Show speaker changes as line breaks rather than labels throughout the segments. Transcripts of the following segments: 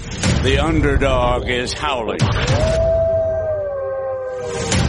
The underdog is howling.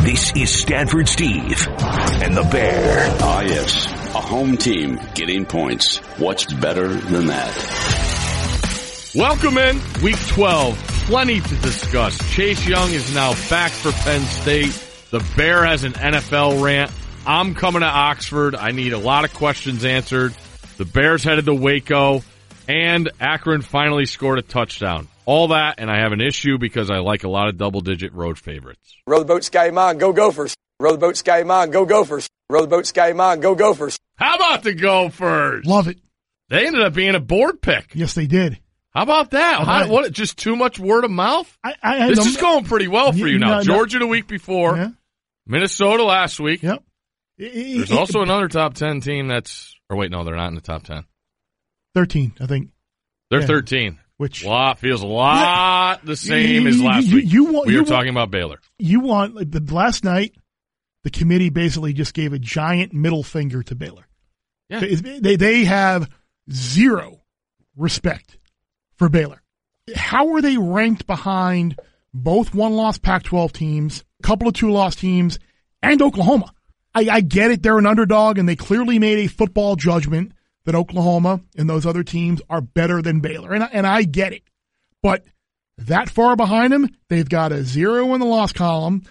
This is Stanford Steve and the Bear.
Ah, yes. A home team getting points. What's better than that?
Welcome in week 12. Plenty to discuss. Chase Young is now back for Penn State. The Bear has an NFL rant. I'm coming to Oxford. I need a lot of questions answered. The Bears headed to Waco and Akron finally scored a touchdown. All that and I have an issue because I like a lot of double digit road favorites.
Row the boat, sky mine, go Gophers. Row the boat, sky mine, go Gophers. Row the boat, sky mine, go Gophers.
How about the Gophers?
Love it.
They ended up being a board pick.
Yes, they did.
How about that? How-
right.
what, just too much word of mouth?
I, I had
This
them-
is going pretty well for you
Yeah,
now.
no, no.
Georgia the week before,
Yeah,
Minnesota last week.
yep. There's
There's also another top 10 team that's, or wait, no, they're not in the top 10.
thirteen, I think.
They're
Yeah.
13.
Which
Lot feels a lot the same
You-
as
you-
last
you-
week.
you want-
we
you
were
want-
talking about Baylor.
you want? Like, the last night, the committee basically just gave a giant middle finger to Baylor.
Yeah.
They, they they have zero respect for Baylor. How are they ranked behind both one-loss Pac-12 teams, couple of two-loss teams, and Oklahoma? I, I get it; they're an underdog, and they clearly made a football judgment that Oklahoma and those other teams are better than Baylor, and I- and I get it. But that far behind them, they've got a zero in the loss column.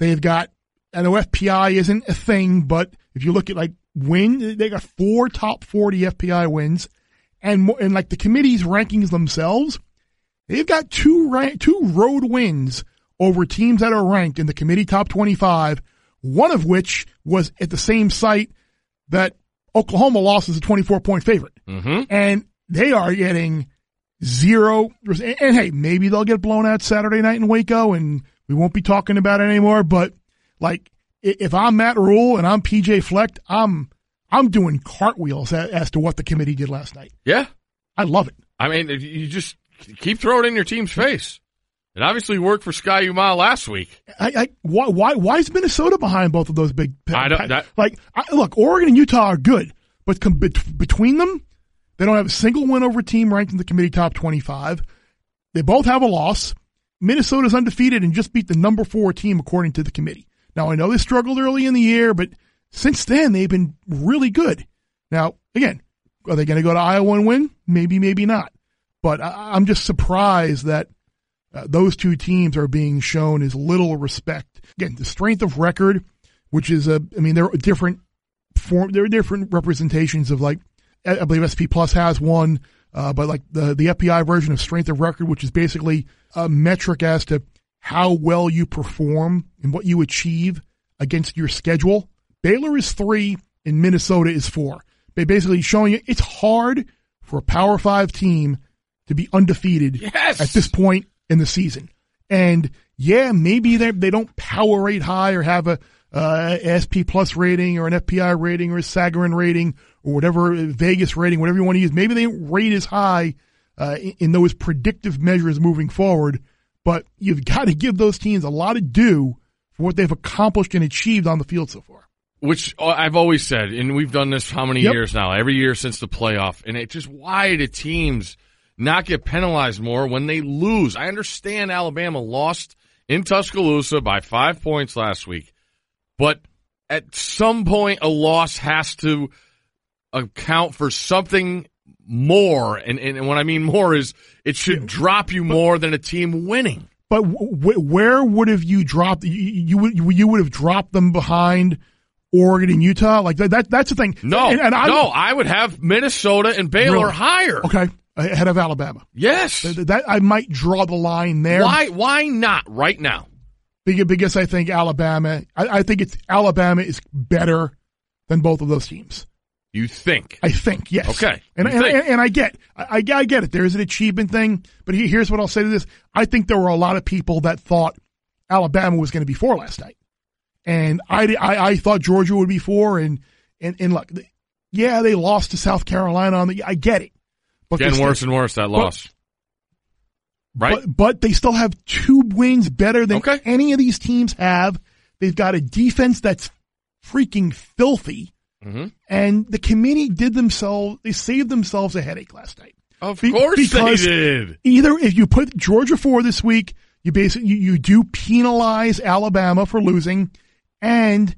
They've got I know FPI isn't a thing, but if you look at like win, they got four top forty FPI wins, and mo- and like the committee's rankings themselves, they've got two rank, two road wins over teams that are ranked in the committee top twenty five. One of which was at the same site that Oklahoma lost as a twenty four point favorite,
Mm-hmm.
and they are getting zero. And, and hey, maybe they'll get blown out Saturday night in Waco, and we won't be talking about it anymore. But like, i- if I'm Matt Rule and I'm PJ Fleck, I'm I'm doing cartwheels as, as to what the committee did last night.
Yeah.
I love it.
I mean, if you just keep throwing it in your team's face. It obviously worked for Sky Umah last week.
I, I why why why is Minnesota behind both of those big?
I don't- that-
like I, look, Oregon and Utah are good, but com- bet- between them, they don't have a single win over a team ranked in the committee top twenty-five. They both have a loss. Minnesota's undefeated and just beat the number four team according to the committee. Now I know they struggled early in the year, but since then they've been really good. Now again, are they going to go to Iowa and win? Maybe, maybe not. But I, I'm just surprised that uh, those two teams are being shown as little respect. Again, the strength of record, which is a, I mean, there are different form, there are different representations of like, I I believe SP Plus has one, uh, but like the the FPI version of strength of record, which is basically a metric as to how well you perform and what you achieve against your schedule. Baylor is three and Minnesota is four. They basically showing you it's hard for a Power Five team to be undefeated
Yes!
at this point in the season. And yeah, maybe they they don't power rate high or have a uh, SP plus rating or an FPI rating or a Sagarin rating or whatever uh, Vegas rating, whatever you want to use. Maybe they don't rate as high uh, in, in those predictive measures moving forward. But you've got to give those teams a lot of due for what they've accomplished and achieved on the field so far.
which uh, I've always said, and we've done this how many
Yep.
years now? Every year since the playoff, and it just why do teams not get penalized more when they lose? I understand Alabama lost in Tuscaloosa by five points last week, but at some point, a loss has to account for something more, and and, and what I mean more is it should drop you more than a team winning.
But w- w- where would have you dropped? You, you would you would have dropped them behind Oregon and Utah. Like that. that that's the thing.
No,
And- and I-
no, I would have Minnesota and Baylor
Really?
higher.
Okay, ahead of Alabama.
Yes.
Th- That I might draw the line there.
Why? Why not right now?
Big- Because I think Alabama. I, I think it's Alabama is better than both of those teams.
You think?
I think yes.
Okay.
And
You
and,
think.
and, and I get I, I get it. There is an achievement thing, but he- here's what I'll say to this: I think there were a lot of people that thought Alabama was going to be four last night, and I, di- I I thought Georgia would be four, and and and look, th- yeah, they lost to South Carolina on the. I get it. But
Getting
they-
worse and worse. That loss. right.
But, but they still have two wins better than
Okay.
any of these teams have. They've got a defense that's freaking filthy.
Mhm.
And the committee did themselves, they saved themselves a headache last night.
Of
Be-
course they
because
did.
Either if you put Georgia four this week, you basically you, you do penalize Alabama for losing, and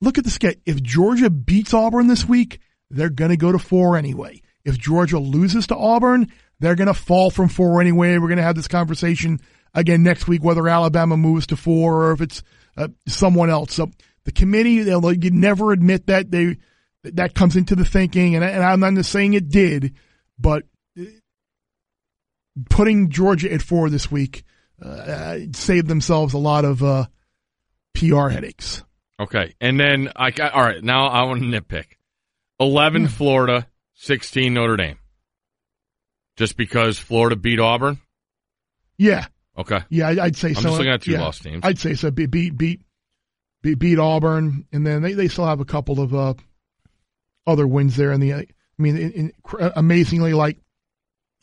look at the schedule. If Georgia beats Auburn this week, they're going to go to four anyway. If Georgia loses to Auburn, they're going to fall from four anyway. We're going to have this conversation again next week whether Alabama moves to four or if it's uh, someone else. So the committee, they'll like, you never admit that they that comes into the thinking, and, I- and I'm not saying it did, but putting Georgia at four this week uh, saved themselves a lot of uh, PR headaches.
Okay, and then I got all right. Now I want to nitpick. Eleven Florida, sixteen Notre Dame. Just because Florida beat Auburn.
Yeah,
Okay,
yeah, I- I'd say so.
just looking at two
yeah,
lost teams.
I'd say so. Be- Beat beat beat beat Auburn, and then they, they still have a couple of uh, other wins there. In the, I mean, in, in, cr- uh, amazingly, like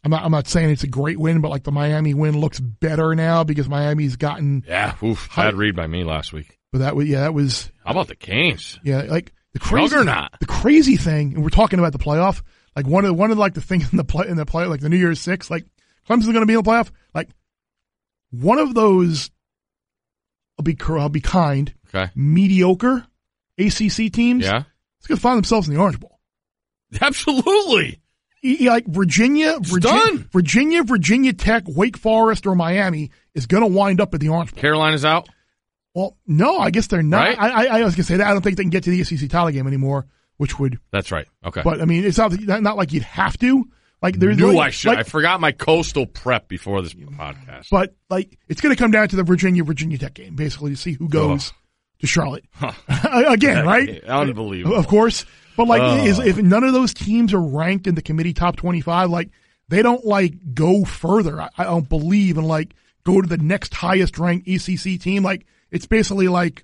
I'm not I'm not saying it's a great win, but like the Miami win looks better now because Miami's gotten.
yeah. Oof,
How-
bad read by me last week.
But that was yeah, that was
How about the Canes?
Yeah, like the crazy
Juggernaut.
The crazy thing, and we're talking about the playoff. Like one of the, one of like the things in the play in the play like the New Year's Six, like Clemson's going to be in the playoff. Like one of those, I'll be cor- I'll be kind,
Okay,
mediocre ACC teams.
yeah,
it's going to find themselves in the Orange Bowl.
absolutely.
E- e- Like Virginia, Virginia,
done.
Virginia, Virginia Tech, Wake Forest, or Miami is going to wind up at the Orange Bowl.
Carolina's out.
Well, no, I guess they're not.
Right.
I, I, I was going to say that I don't think they can get to the ACC title game anymore, which would
That's right. Okay.
But I mean, it's not, not not like you'd have to. Like there's
knew
really-
I should. I
like-
forgot my coastal prep before this podcast.
but like it's going to come down to the Virginia Virginia Tech game, basically, to see who goes to Charlotte again, right?
Unbelievable.
Of course. But like,
Ugh.
is, if none of those teams are ranked in the committee top twenty-five, like they don't like go further. I, I don't believe and like go to the next highest ranked ECC team. Like it's basically like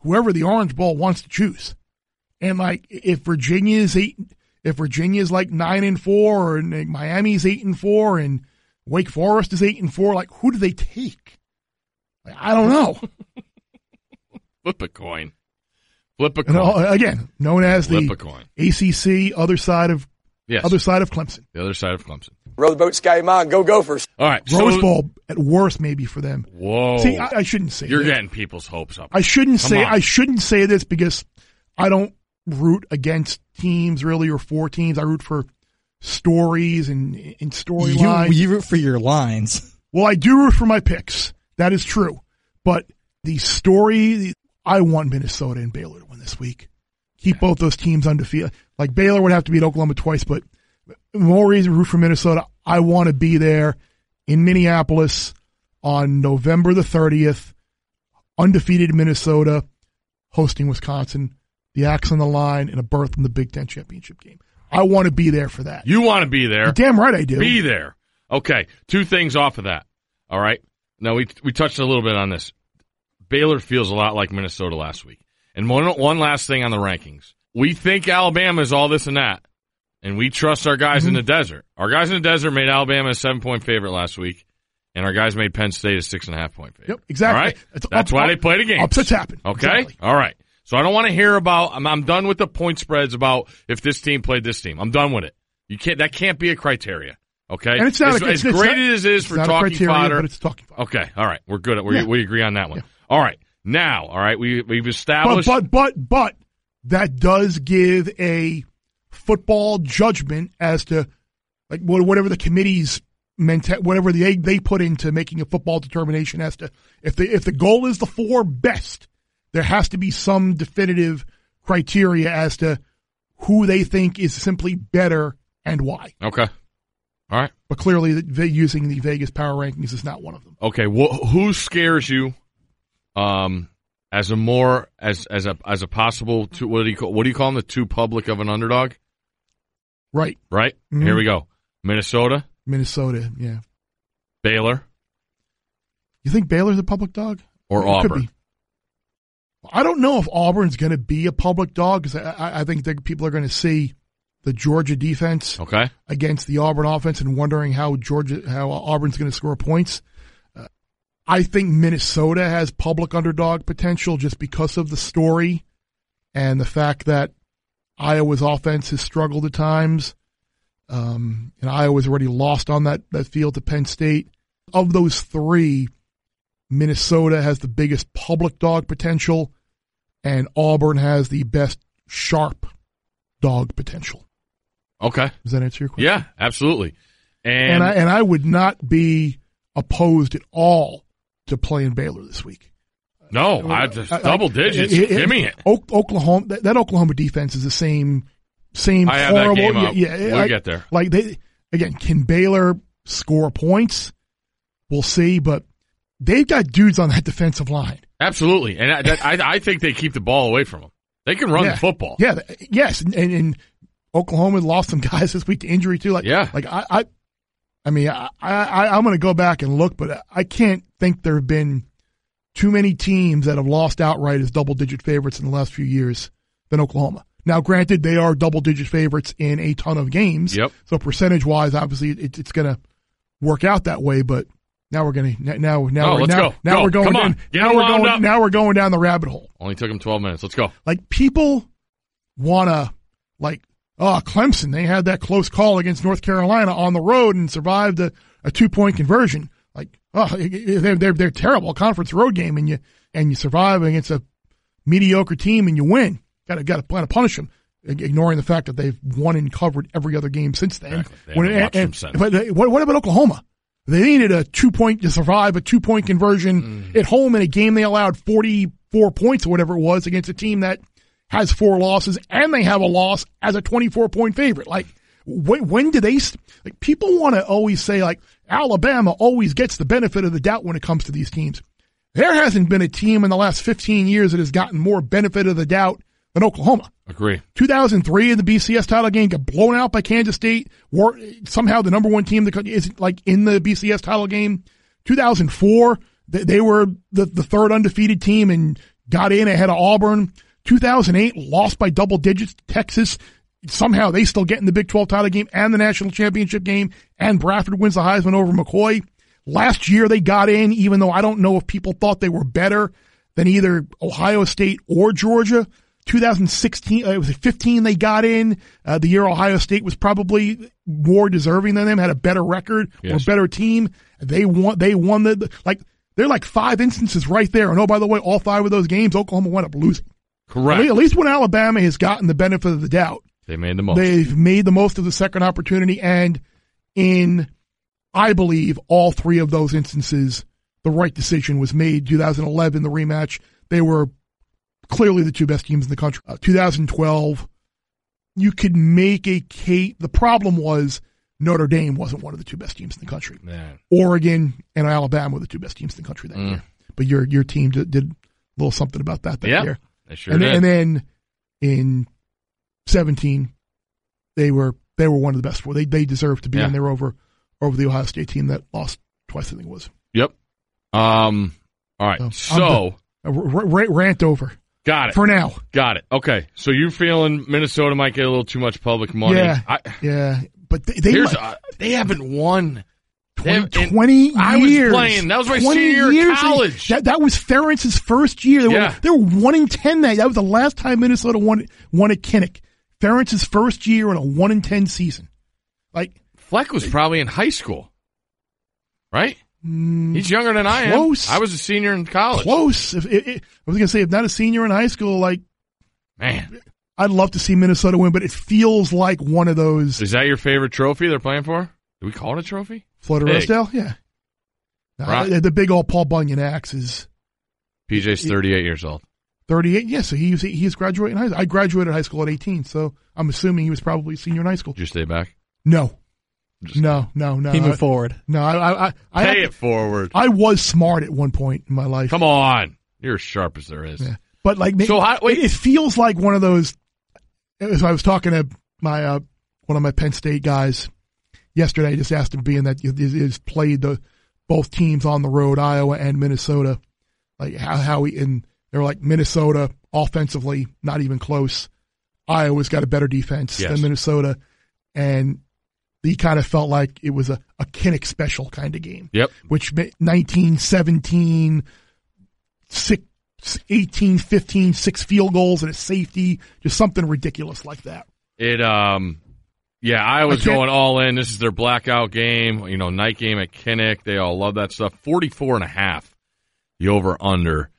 whoever the Orange Bowl wants to choose. And like if Virginia is eight, if Virginia is like nine and four, and like, Miami's eight and four, and Wake Forest is eight and four, like who do they take? Like, I don't know.
Flip a coin. Flip a coin.
And all, again, known as
Flip a
the
coin.
ACC other side of
Yes.
other side of Clemson.
the other side of Clemson.
Row the boat, sky mine. Go Gophers.
All right. so-
Rose Bowl at worst, maybe for them.
Whoa.
See, I, I shouldn't say.
You're
this.
getting people's hopes up.
I shouldn't
Come
say.
on.
I shouldn't say this because I don't root against teams really or for teams. I root for stories and and
You,
storylines.
you root for your lines.
Well, I do root for my picks. That is true. But the story, I want Minnesota and Baylor to win this week. Keep both those teams undefeated. Like Baylor would have to beat Oklahoma twice, but more reason to root for Minnesota. I want to be there in Minneapolis on November the 30th, undefeated Minnesota hosting Wisconsin, the axe on the line, and a berth in the Big Ten championship game. I want to be there for that.
You want to be there.
You're damn right I do.
Be there. Okay. Two things off of that. All right. Now we we touched a little bit on this. Baylor feels a lot like Minnesota last week. And one one last thing on the rankings. We think Alabama is all this and that, and we trust our guys in
Mm-hmm.
the desert. Our guys in the desert made Alabama a seven point favorite last week, and our guys made Penn State a six and a half point favorite.
Yep, exactly.
All right.
It's
That's
up-
why
up-
they play the game.
Upsets happen.
Okay.
Exactly.
All right. So I don't want to hear about. I'm, I'm done with the point spreads about if this team played this team. I'm done with it. You can't. That can't be a criteria. Okay.
And it's not
as,
a,
as
it's, it's
great
not-
as it is
it's
for
not a
talking
criteria,
fodder.
but it's talking fodder.
okay. All right. We're good. At, we
Yeah.
we agree on that one. All right. Now. All right. We we've
But,
established.
but but but that does give a football judgment as to like wha- whatever the committee's menta- whatever they they put into making a football determination as to if the if the goal is the four best, there has to be some definitive criteria as to who they think is simply better and why.
okay. All right.
But clearly, the- they using the Vegas power rankings is not one of them.
Okay. Wh- who scares you? Um. As a more as as a as a possible two, what do you call what do you call them the two public of an underdog
Right,
right
Mhm.
here we go Minnesota
Minnesota. Yeah,
Baylor
you think Baylor's a public dog?
or
It
Auburn
Could be. I don't know if Auburn's going to be a public dog because I, I- I think that people are going to see the Georgia defense
Okay.
against the Auburn offense and wondering how Georgia, how Auburn's going to score points. Uh, I think Minnesota has public underdog potential just because of the story and the fact that Iowa's offense has struggled at times. Um, and Iowa's already lost on that, that field to Penn State. Of those three, Minnesota has the biggest public dog potential, and Auburn has the best sharp dog potential.
Okay.
Does that answer your question?
Yeah, absolutely.
And, I, and I would not be opposed at all to playing Baylor this week.
No, I just double digits.
I- I-
Give me it.
O- Oklahoma. That, that Oklahoma defense is the same. Same.
I have that
horrible.
game up.
Yeah, yeah,
We'll
like-
get there.
Like they again. Can Baylor score points? We'll see. But they've got dudes on that defensive line.
Absolutely. And I, that, I, I think they keep the ball away from them. They can run
yeah.
the football.
Yeah. th- Yes. And, and, and Oklahoma lost some guys this week to injury too. Like
Yeah.
Like I. I I mean, I, I, I'm going to go back and look, but I can't think there have been too many teams that have lost outright as double digit favorites in the last few years than Oklahoma. Now, granted, they are double digit favorites in a ton of games.
Yep.
So percentage wise, obviously, it, it's going to work out that way. But now we're going to now now
No,
we're,
Oh, let's
now,
go.
now
Go.
we're going
Come on.
down,
Get
now
them
we're
wound
going
up.
now we're going down the rabbit hole.
Only took them 12 minutes. Let's go.
Like people want to like oh Clemson, they had that close call against North Carolina on the road and survived a, a two point conversion. Like oh they're they're they're terrible conference road game and you and you survive against a mediocre team and you win. Got to got to plan to punish them. Ignoring the fact that they've won and covered every other game since then.
Exactly. They haven't watched them since.
but they- what, what about Oklahoma? They needed a two point to survive a two point conversion
Mm.
at home in a game they allowed 44 points or whatever it was against a team that has four losses and they have a loss as a 24 point favorite. Like, when, when do they, st- like, people want to always say, like, Alabama always gets the benefit of the doubt when it comes to these teams. There hasn't been a team in the last 15 years that has gotten more benefit of the doubt than Oklahoma.
Agree.
2003 in the BCS title game, got blown out by Kansas State. War, somehow the number one team that could- is like in the BCS title game. 2004, they, they were the, the third undefeated team and got in ahead of Auburn. 2008, lost by double digits to Texas. Somehow they still get in the Big 12 title game and the national championship game, and Bradford wins the Heisman over McCoy. Last year they got in, even though I don't know if people thought they were better than either Ohio State or Georgia. 2016, uh, it was 15 they got in. Uh, the year Ohio State was probably more deserving than them, had a better record,
Yes.
or better team. They won. They won the, the like. They're like five instances right there. And oh, by the way, all five of those games, Oklahoma wound up losing. At
Correct.
le- At least when Alabama has gotten the benefit of the doubt,
They made the most.
They've made the most of the second opportunity, and in, I believe, all three of those instances, the right decision was made. 2011, the rematch, they were clearly the two best teams in the country. Uh, 2012, you could make a case. The problem was Notre Dame wasn't one of the two best teams in the country.
Man.
Oregon and Alabama were the two best teams in the country that year. But your your team did, did a little something about that that
Yeah.
year
They sure
and,
did.
then, and then in 17 they were they were one of the best four they they deserved to be
Yeah.
and they were over over the ohio state team that lost twice i think it was
yep. Um. All right.
Oh, I'm
so,
a r- r- rant over
got it.
for now
Got it. Okay. So you're feeling Minnesota might get a little too much public money.
yeah
I,
yeah but they, they
here's,
might-
uh, they haven't won. They
20,
haven't- and
20
I was
years.
playing. That was my
20
senior year of
years.
college.
That, that was Ferentz's first year. They,
Yeah.
were, they were 1 in 10 that. That was the last time Minnesota won, won at Kinnick. Ferentz's first year in a 1 in 10 season. Like,
Fleck was probably in high school, right? He's younger than I am.
Mm. close.
I was a senior in college.
close. If, i i I was going to say, if not a senior in high school, like
Man,
I'd love to see Minnesota win, but it feels like one of those
is that your favorite trophy they're playing for? Do we call it a trophy?
Florida
Big.
Rosedale. Yeah, No,
Right.
the, the big old Paul Bunyan axe is
PJ's 38 years old.
38. Yeah, so he was, he was graduating high. I graduated high school at 18, so I'm assuming he was probably a senior in high school.
Did you stay back?
No,
Just
no, no, no.
He moved
I-
forward.
No, I, I, I, I,
Pay
have
it forward.
to- I was smart at one point in my life.
Come on. You're as sharp as there is.
Yeah. But like,
So how- wait.
it, it feels like one of those. As I was talking to my uh, one of my Penn State guys yesterday, I just asked him, being that he's he's played the both teams on the road, Iowa and Minnesota, like how how he and they were like Minnesota offensively not even close. Iowa's got a better defense
Yes.
than Minnesota, and he kind of felt like it was a, a Kinnick special kind of game
Yep.
which ma- 19, 17, six, 18, 15, six field goals and a safety, just something ridiculous like that.
It um Yeah, I was
can't-
going all in. This is their blackout game, you know, night game at Kinnick. They all love that stuff. 44 and a half, the over under.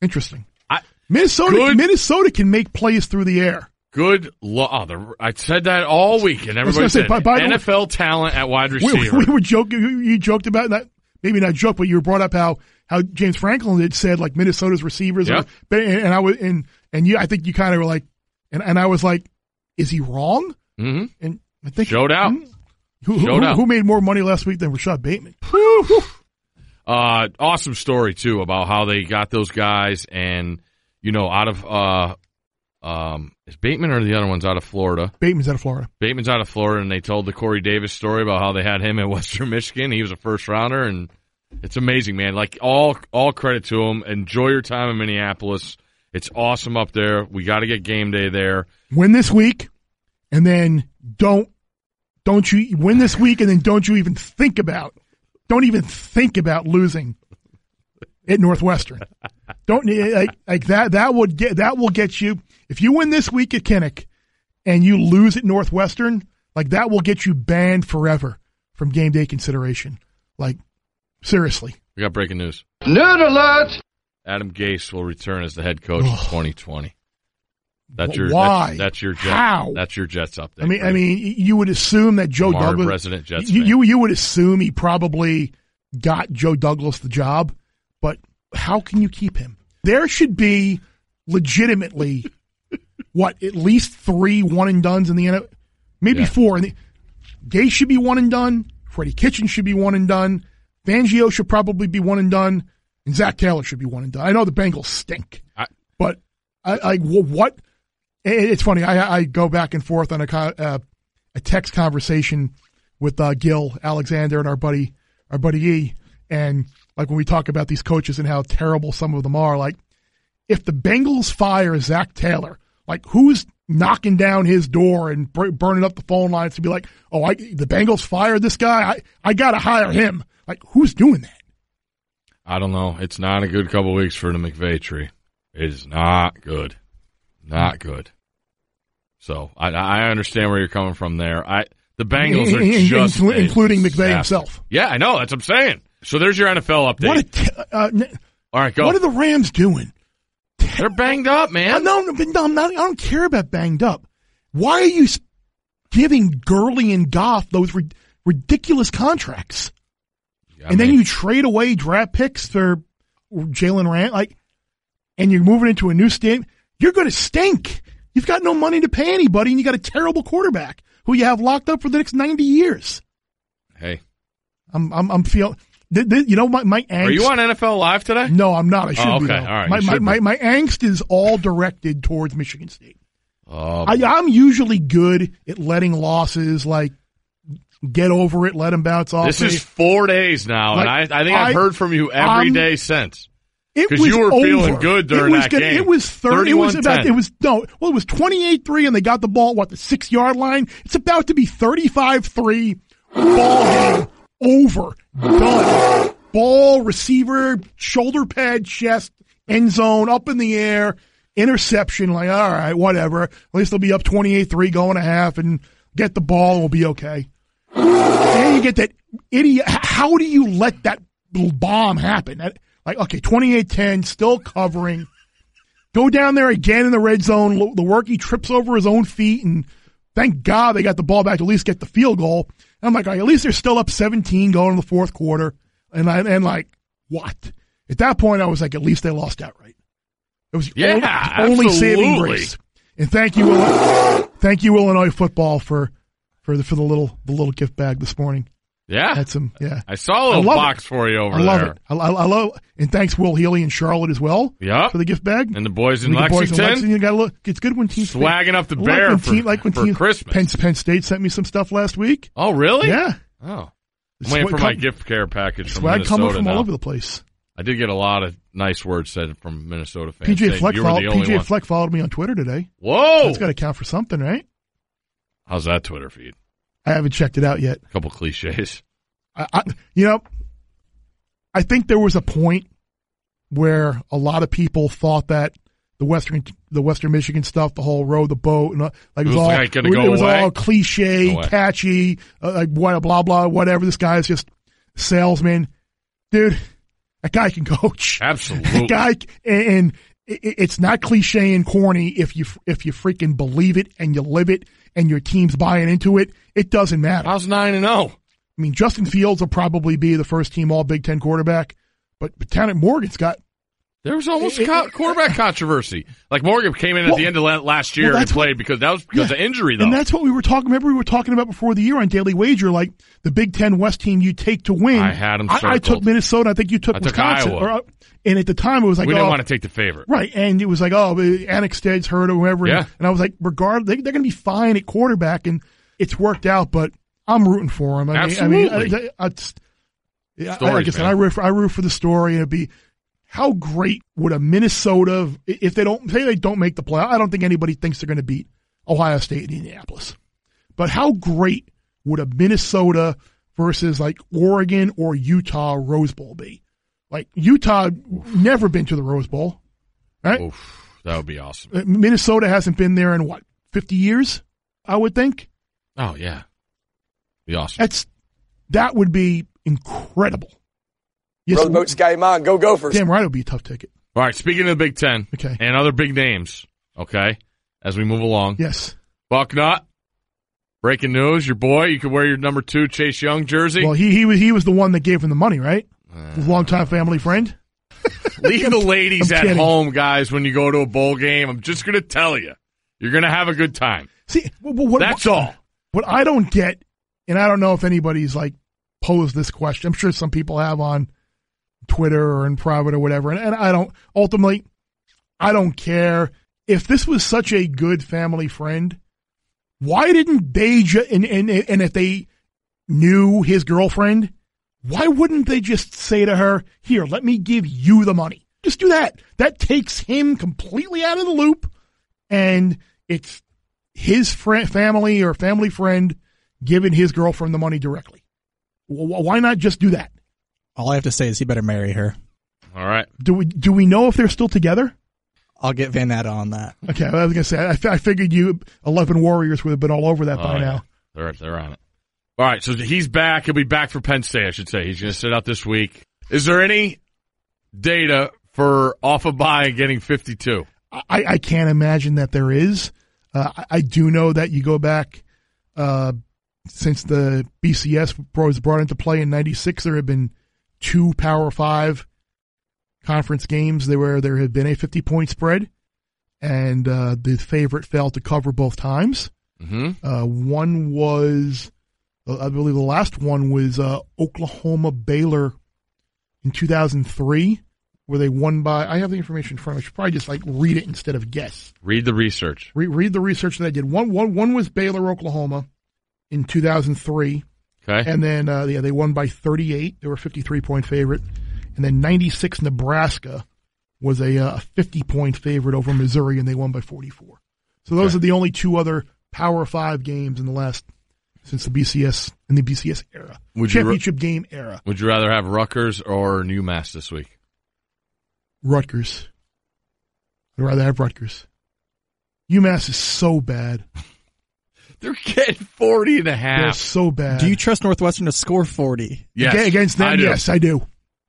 Interesting.
I-
Minnesota
Good-
Minnesota can make plays through the air.
Good luck. I said that all week, and
was gonna
everybody
say,
said
by- by the way-
NFL talent at wide
We, we
receiver.
we were joking. You, you joked about that. Maybe not joke, but you brought up how how James Franklin had said like Minnesota's receivers.
Yeah.
Are, and, and I was and and you. I think you kind of were like, and, and I was like, is he wrong?
hmm
And I think
Showed out.
Hmm? Who, who,
Showed
who-
out.
who made more money last week than Rashad Bateman?
Uh, awesome story too about how they got those guys, and you know, out of uh, um, is Bateman or the other ones out of Florida?
Bateman's out of Florida.
Bateman's out of Florida, and they told the Corey Davis story about how they had him at Western Michigan. He was a first rounder, and it's amazing, man. Like all all credit to him. Enjoy your time in Minneapolis. It's awesome up there. We got to get game day there.
Win this week, and then don't don't you win this week, and then don't you even think about don't even think about losing at Northwestern. Don't eh, like, like that. That would get that will get you if you win this week at Kinnick, and you lose at Northwestern. Like that will get you banned forever from game day consideration. Like seriously.
We got breaking news.
Nerd alert!
Adam Gase will return as the head coach in 2020. That's
Wh-
your
why?
That's, that's your Jets.
How?
That's your Jets update.
I mean, I
right?
mean, you would assume that Joe
Marv,
Douglas,
resident Jets
you,
fan.
you you would assume he probably got Joe Douglas the job, but how can you keep him? There should be legitimately what at least three one and duns in the NFL, maybe
Yeah.
four. And Gay should be one and done. Freddie Kitchen should be one and done. Fangio should probably be one and done, and Zach Taylor should be one and done. I know the Bengals stink,
I-
but I, I wh- what? it- It's funny. I, I go back and forth on a co- uh, a text conversation with uh, Gil Alexander and our buddy our buddy E, and like when we talk about these coaches and how terrible some of them are. Like if the Bengals fire Zach Taylor, like who's knocking down his door and br- burning up the phone lines to be like, oh, I, the Bengals fired this guy. I I gotta hire him. Like who's doing that?
I don't know. It's not a good couple weeks for the McVay tree. It is not good. Not good. So I, I understand where you're coming from there. I the Bengals are
In- in-
just
inclu-
a
including McVay
disaster.
himself.
Yeah, I know. That's what I'm saying. So there's your NFL update.
What a t- uh, n-
All right, go.
what are the Rams doing?
They're banged up, man.
I no, no, but no, I'm not, I don't care about banged up. Why are you s- giving Gurley and Goff those ri- ridiculous contracts?
I
and then
mean,
you trade away draft picks for Jalen Rand, like, and you're moving into a new state. You're going to stink. You've got no money to pay anybody, and you got a terrible quarterback who you have locked up for the next 90 years.
hey,
I'm, I'm, I'm feeling. Th- th- you know, my, my angst.
are you on NFL Live today?
No, I'm not. I should
Oh,
be.
okay.
though.
All right.
My,
You
my,
should
my, my angst is all directed towards Michigan State.
Oh,
I, I'm usually good at letting losses like get over it, let them bounce off.
this
me.
is four days now,
Like,
and I, I think I've
I-
heard from you every
I'm-
day since.
It
'Cause
was
you were feeling
over.
good during
it was
that
gonna-
game.
It was thirty. It was about.
31-10.
It was no. Well, it was twenty-eight three, and they got the ball at, what the six yard line. It's about to be thirty-five three. Ball game over. Done. Ball receiver shoulder pad chest end zone up in the air interception. Like all right, whatever. At least they'll be up twenty-eight three going a half and get the ball. We'll be okay. Then you get that idiot. h- How do you let that little bomb happen? That, like, okay, 28-10, still covering. Go down there again in the red zone. Lo- The work he trips over his own feet, and thank God they got the ball back to at least get the field goal. And I'm like, all right, at least they're still up 17 going in the fourth quarter. And I and like, what? At that point, I was like, at least they lost outright. It was the only-
Yeah,
only, saving
absolutely.
grace. And thank you, Illinois, thank you, Illinois football for for the for the little the little gift bag this morning.
Yeah,
That's him. Yeah.
I saw a
I
little
love
box for you over
I love
there.
it. I, I, I love And thanks, Will Healy and Charlotte as well
Yep.
for the gift bag.
And the boys in
I think the boys
Lexington,
in You gotta look. It's good when teams
swagging up the
I
bear
like when
for,
team- like when
for
team-
Christmas.
Penn, Penn State sent me some stuff last week.
oh, really?
Yeah.
Oh. I'm
Swag
waiting for my
com-
gift care package from
Swag coming
Minnesota
from
now.
all over the place.
I did get a lot of nice words said from Minnesota fans.
PJ
saying
Fleck
you were
followed,
the only
PJ
one. Oh.
Fleck followed me on Twitter today.
Whoa!
That's got to count for something, right?
How's that Twitter feed?
I haven't checked it out yet.
A couple cliches.
I, I, you know, I think there was a point where a lot of people thought that the Western the Western Michigan stuff, the whole row, the boat, and uh, like it
was
all
like gonna
it,
go
was
away?
all cliche,
No way.
catchy, uh, like what blah blah whatever. This guy is just salesman, dude. That guy can coach.
Absolutely.
That guy c- and. and it- it- it's not cliche and corny if you f- if you freaking believe it and you live it and your team's buying into it. It doesn't matter.
How's nine and oh? zero?
I mean, Justin Fields will probably be the first team All Big Ten quarterback, but, but Tanner Morgan's got.
There was almost a co- quarterback controversy. Like Morgan came in at
Well-
the end of la- last year
well,
and
that's
played because that was because of injury, though.
And that's what we were talking. Remember, we were talking about before the year on Daily Wager, like the Big Ten West team you take to win.
I had 'em
I, I took
circled.
Minnesota. I think you took
I took
Wisconsin.
Iowa.
or, uh, and at the time, it was like,
we didn't
oh,
want to take the favorite.
right. And it was like, oh, Anixted's hurt or whoever.
Yeah.
And I was like, regard, they, they're going to be fine at quarterback, and it's worked out. But I'm rooting for him. I mean, I mean,
Absolutely.
I, I, I just- Yeah, I, like
Stories,
I said,
man.
I root, for, I root for the story, and it'd be how great would a Minnesota if they don't say they don't make the playoff. I don't think anybody thinks they're going to beat Ohio State and Indianapolis, but how great would a Minnesota versus like Oregon or Utah Rose Bowl be? Like Utah never been to the Rose Bowl, right?
Oof, that would be awesome.
Uh, Minnesota hasn't been there in what fifty years, I would think.
Oh yeah, be awesome.
That's that would be incredible. Yes,
Row the boat, sky mine. Go Gophers.
damn right, it would be a tough ticket.
All right. Speaking of the Big Ten,
Okay.
and other big names. Okay, as we move along,
Yes.
Bucknut. Breaking news: Your boy, you can wear your number two Chase Young jersey.
Well, he he was he was the one that gave him the money, right?
Uh,
His longtime family friend.
Leave the ladies
I'm
at
kidding.
home, guys. When you go to a bowl game, I'm just gonna tell you, you're gonna have a good time.
See, wh- wh- what,
That's all.
What I don't get, and I don't know if anybody's like posed this question. I'm sure some people have on Twitter or in private or whatever. And, and I don't ultimately, I don't care if this was such a good family friend. Why didn't they ju- and and and if they knew his girlfriend, why wouldn't they just say to her, "Here, let me give you the money." Just do that. That takes him completely out of the loop, and it's his friend, family or family friend giving his girlfriend the money directly. Wh- Why not just do that?
All I have to say is he better marry her.
All right.
Do we do we know if they're still together?
I'll get Vanetta on that.
Okay, I was gonna say I, fi- I figured you eleven Warriors would have been all over that by
Oh, yeah.
now.
They're they're on it. All right, so he's back. He'll be back for Penn State, I should say. He's going to sit out this week. Is there any data for off a bye and getting 52?
I, I can't imagine that there is. Uh, I, I do know that you go back uh, since the BCS was brought into play in '96. There have been two Power Five conference games there where there had been a 50 point spread, and uh, the favorite failed to cover both times.
Mm-hmm.
Uh, one was, uh, I believe, the last one was uh, Oklahoma Baylor in 2003, where they won by. I have the information in front. of me. I should probably just like read it instead of guess.
Read the research.
Re- read the research that I did. One, one, one was Baylor, Oklahoma, in 2003,
Okay.
and then uh, yeah, they won by 38. They were a 53 point favorite, and then 96 Nebraska was a uh, 50 point favorite over Missouri, and they won by 44. So those
Okay.
are the only two other Power Five games in the last since the BCS in the BCS era
Would you re-
championship game era.
Would you rather have Rutgers or UMass this week?
Rutgers. I'd rather have Rutgers. UMass is so bad.
They're getting 40 and a
They're
half.
so bad.
Do you trust Northwestern to score 40?
Yes.
Aga- against them?
I do.
Yes, I do.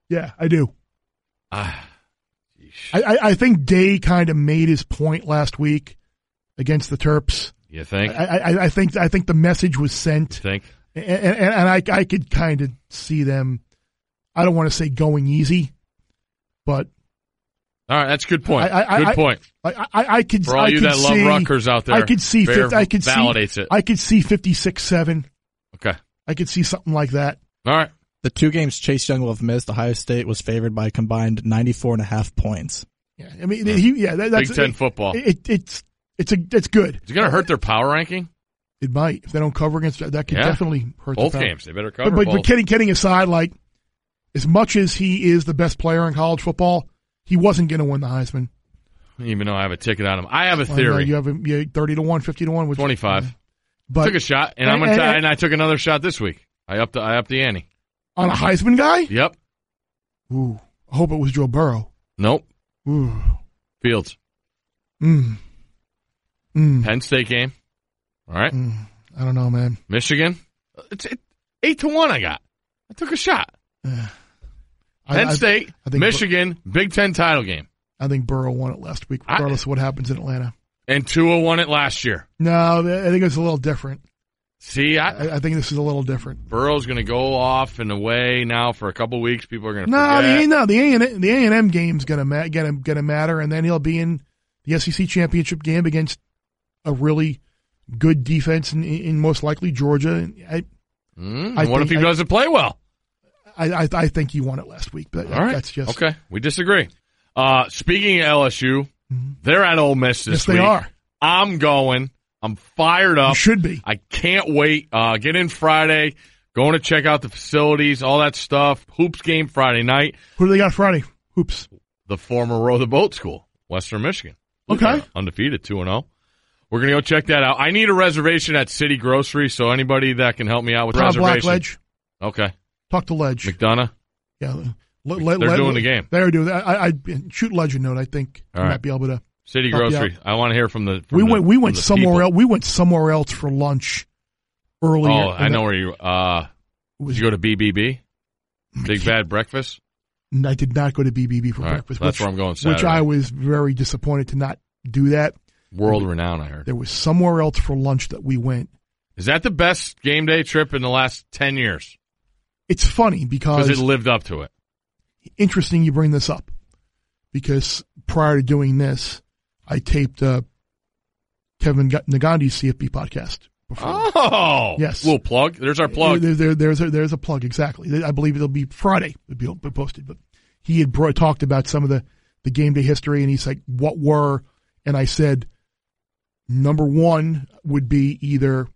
Yeah, I do.
Ah,
I, I, I think Day kind of made his point last week against the Terps.
you think?
I, I, I think I think the message was
You
sent,
think?
and, and, and I, I could kind of see them. I don't want to say going easy, but
All right, that's a good point.
I- I-
good
I-
point.
I, I, I could
For all
I
you
could
that love
see,
Rutgers out there,
I could see
Bear
fif- I could see
validates it.
I could see fifty six seven.
Okay.
I could see something like that.
All right.
The two games Chase Young will have missed, Ohio State was favored by a combined 94 and a half points.
Yeah, I mean, he, yeah, that, that's
Big Ten
it-
football.
It, it's it's a it's good.
Is it going to hurt their power ranking?
It might if they don't cover against that could
Yeah.
definitely hurt
Both
the Falcons.
games. They better cover
But, but,
both.
but kidding kidding aside, like as much as he is the best player in college football, he wasn't going to win the Heisman.
Even though I have a ticket on them. I have a
Well, no,
theory.
you have him yeah, thirty to one, 50 to one, which
25.
But
took a shot, and, I'm
And-
gonna
and-
tie- and I took another shot this week. I upped the I upped the ante.
on a Heisman guy.
Yep.
Ooh, Mm. I hope it was Joe Burrow.
Nope.
Ooh.
Fields. Penn State game. All right.
Mm. I don't know, man.
Michigan. It's it, eight to one. I got. I took a shot.
I-
Penn
I-
State,
I think Bur-
Michigan, Big Ten title game,
I think Burrow won it last week,
I-
regardless of what happens in Atlanta.
and Tua won it last year.
No, I think it's a little different.
See, I,
I, I think this is a little different.
Burrow's going to go off and away now for a couple weeks. People are going to
No, the
forget.
A no the A and the A and M game's gonna ma- gonna gonna matter, and then he'll be in the SEC championship game against a really good defense in, in most likely Georgia. And I,
Mm,
I
what if
think-
he
I-
doesn't play well?
I I I think he won it last week, but
All right,
that's just
okay. We disagree. Uh, speaking of LSU, they're at Ole Miss this
Mm-hmm. yes
week.
they are.
I'm going. I'm fired
You
up.
should be.
I can't wait. Uh, get in Friday. Going to check out the facilities, all that stuff. Hoops game Friday night.
Who do they got Friday? Hoops.
The former row the boat school, Western Michigan.
Okay.
Uh, undefeated two and zero. We're gonna go check that out. I need a reservation at City Grocery, so anybody that can help me out with
Rob
reservations.
Blackledge.
Okay,
Talk to Ledge.
McDonough.
yeah. Le- le-
They're
le-
doing the game.
They're doing. that. I, I shoot Ledge a note. I think
All
you
right.
might be able to.
City
Help you
Grocery. I want to hear from the. From
we
the-
went. We
from
went
the
somewhere
people.
else. We went somewhere else for lunch
Oh,
earlier.
I
and
know
that
where you. Uh,
was-
did you go to BBB? Big Bad Breakfast.
And I did not go to BBB for
All right,
breakfast.
that's
which,
where I'm going
Which
Saturday.
I was very disappointed to not do that. Mm-hmm.
World renowned, I heard.
There was somewhere else for lunch that we went.
Is that the best game day trip in the last 10 years?
Uh, It's funny because
Because it lived up to it.
interesting you bring this up because prior to doing this, I taped uh, Kevin Ga- Nagandi's CFB podcast. Before.
Oh!
Yes.
Little plug. There's our plug.
There, there- there's a, there's a plug exactly. I believe it'll be Friday. It'll be- it'll be posted. But he had bro- talked about some of the the game day history, and he's like, "What were?" And I said, "Number one would be either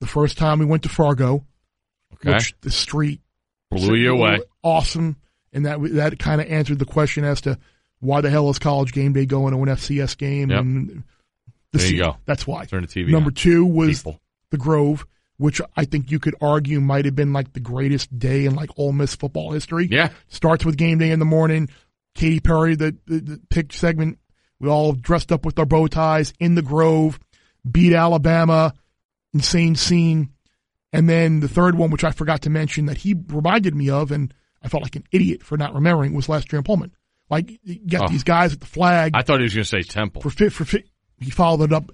the first time we went to Fargo,
Okay.
which the street
Blew you away.
awesome, and that that kind of answered the question as to why the hell is college game day going to an FCS game?
Yep.
And the
There you go.
That's why.
Turn the TV
Number
on.
two was
People.
the Grove, which I think you could argue might have been like the greatest day in like Ole Miss football history.
Yeah.
Starts with game day in the morning. Katy Perry, the, the, the pick segment. We all dressed up with our bow ties in the Grove, beat Alabama, insane scene. And then the third one, which I forgot to mention that he reminded me of, and I felt like an idiot for not remembering, was last year in Pullman. Like, you got
Oh.
these guys at the flag
I thought he was going to say Temple.
for fit for fit. He followed it up.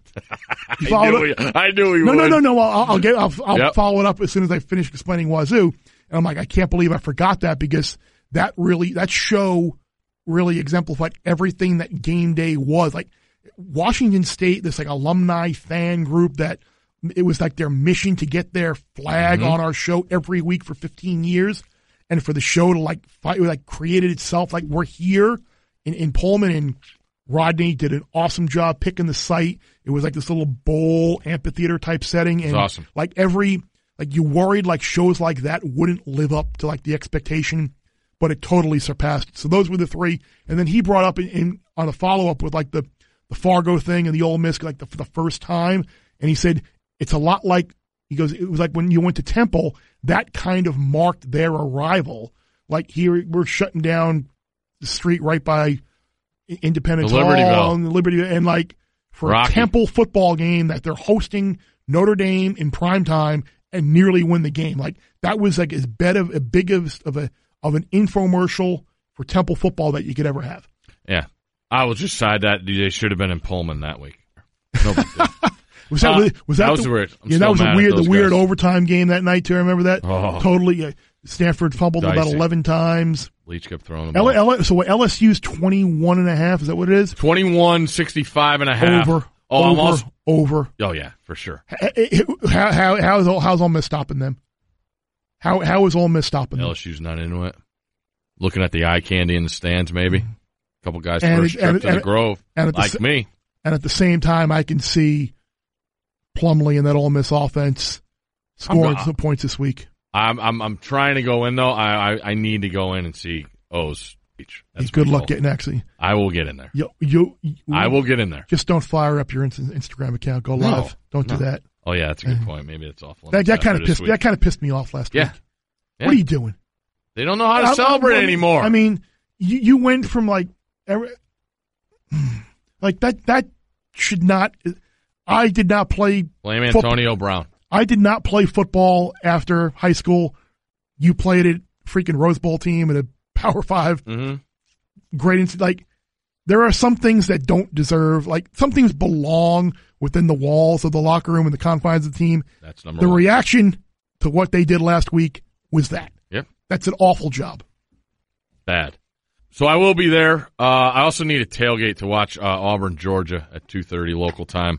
He
I
followed
knew, he, I knew he
no,
would.
no, no, no. I'll, I'll get. I'll, I'll
Yep.
follow it up as soon as I finish explaining Wazoo. And I'm like, I can't believe I forgot that because that really that show really exemplified everything that game day was. Like Washington State, this like alumni fan group that it was like their mission to get their flag
Mm-hmm.
on our show every week for 15 years, and for the show to like fight like created itself. Like we're here in, in Pullman and Rodney did an awesome job picking the site. It was like this little bowl amphitheater type setting, and
awesome.
like every like you worried like shows like that wouldn't live up to like the expectation, but it totally surpassed. it. So those were the three, and then he brought up in, in on a follow up with like the the Fargo thing and the Ole Miss like the, for the first time, and he said it's a lot like he goes it was like when you went to Temple that kind of marked their arrival. Like here we're shutting down the street right by Independence
The Liberty
Hall
Bell.
and Liberty and like for
Rocky.
a Temple football game that they're hosting Notre Dame in prime time and nearly win the game. Like that was like as bad of a biggest of a of an infomercial for Temple football that you could ever have.
Yeah. I will just side that they should have been in Pullman that week. No big deal.
Was that
Uh,
was, that,
that was
the,
weird. I'm
yeah,
still
that was
mad
a
at
weird
those
the weird
guys.
overtime game that night too. I remember that
Oh.
totally. Uh, Stanford fumbled about
Dicey.
eleven times.
Leach kept throwing the
L-
ball.
L- so what, LSU's 21 and a half, is that what it is?
21, 65 and a half.
Over,
Oh, I'm
over,
also-
over.
oh, yeah, for sure.
H- h- How, how, how is Ole, how's Ole Miss stopping them? How how is Ole Miss stopping them?
LSU's not into it. Looking at the eye candy in the stands, maybe. A couple guys
And
first
it-
trip
and it-
to
and
the
it-
Grove,
and at the
like
sa-
me.
And at the same time, I can see Plumlee and that Ole Miss offense scoring
I'm-
some points this week.
I'm I'm I'm trying to go in though. I I, I need to go in and see O's speech. That's
good
my
luck Mm-hmm.
goal.
getting actually.
I will get in there.
You, you, you-
I will get in there.
Just don't fire up your Inst- Instagram account. Go
No,
live. don't
no.
do that.
Oh yeah, that's a good point. Maybe it's off.
Mm-hmm. That,
limits
that kind
after
of
this
pissed
week.
that kind of pissed me off last
Yeah.
week.
Yeah.
What are you doing?
They don't know how to
I'm- I'm-
celebrate
I mean-
anymore.
I mean, you, you went from like every, Like that that should not. I did not play.
Blame
football-
Antonio Brown.
I did not play football after high school. You played at freaking Rose Bowl team and a Power 5
Mhm.
Great, ins- like there are some things that don't deserve. Like some things belong within the walls of the locker room and the confines of the team.
That's number
The
one.
reaction to what they did last week was that.
Yep.
That's an awful job.
bad. So I will be there. Uh, I also need a tailgate to watch uh, Auburn, Georgia at two thirty local time.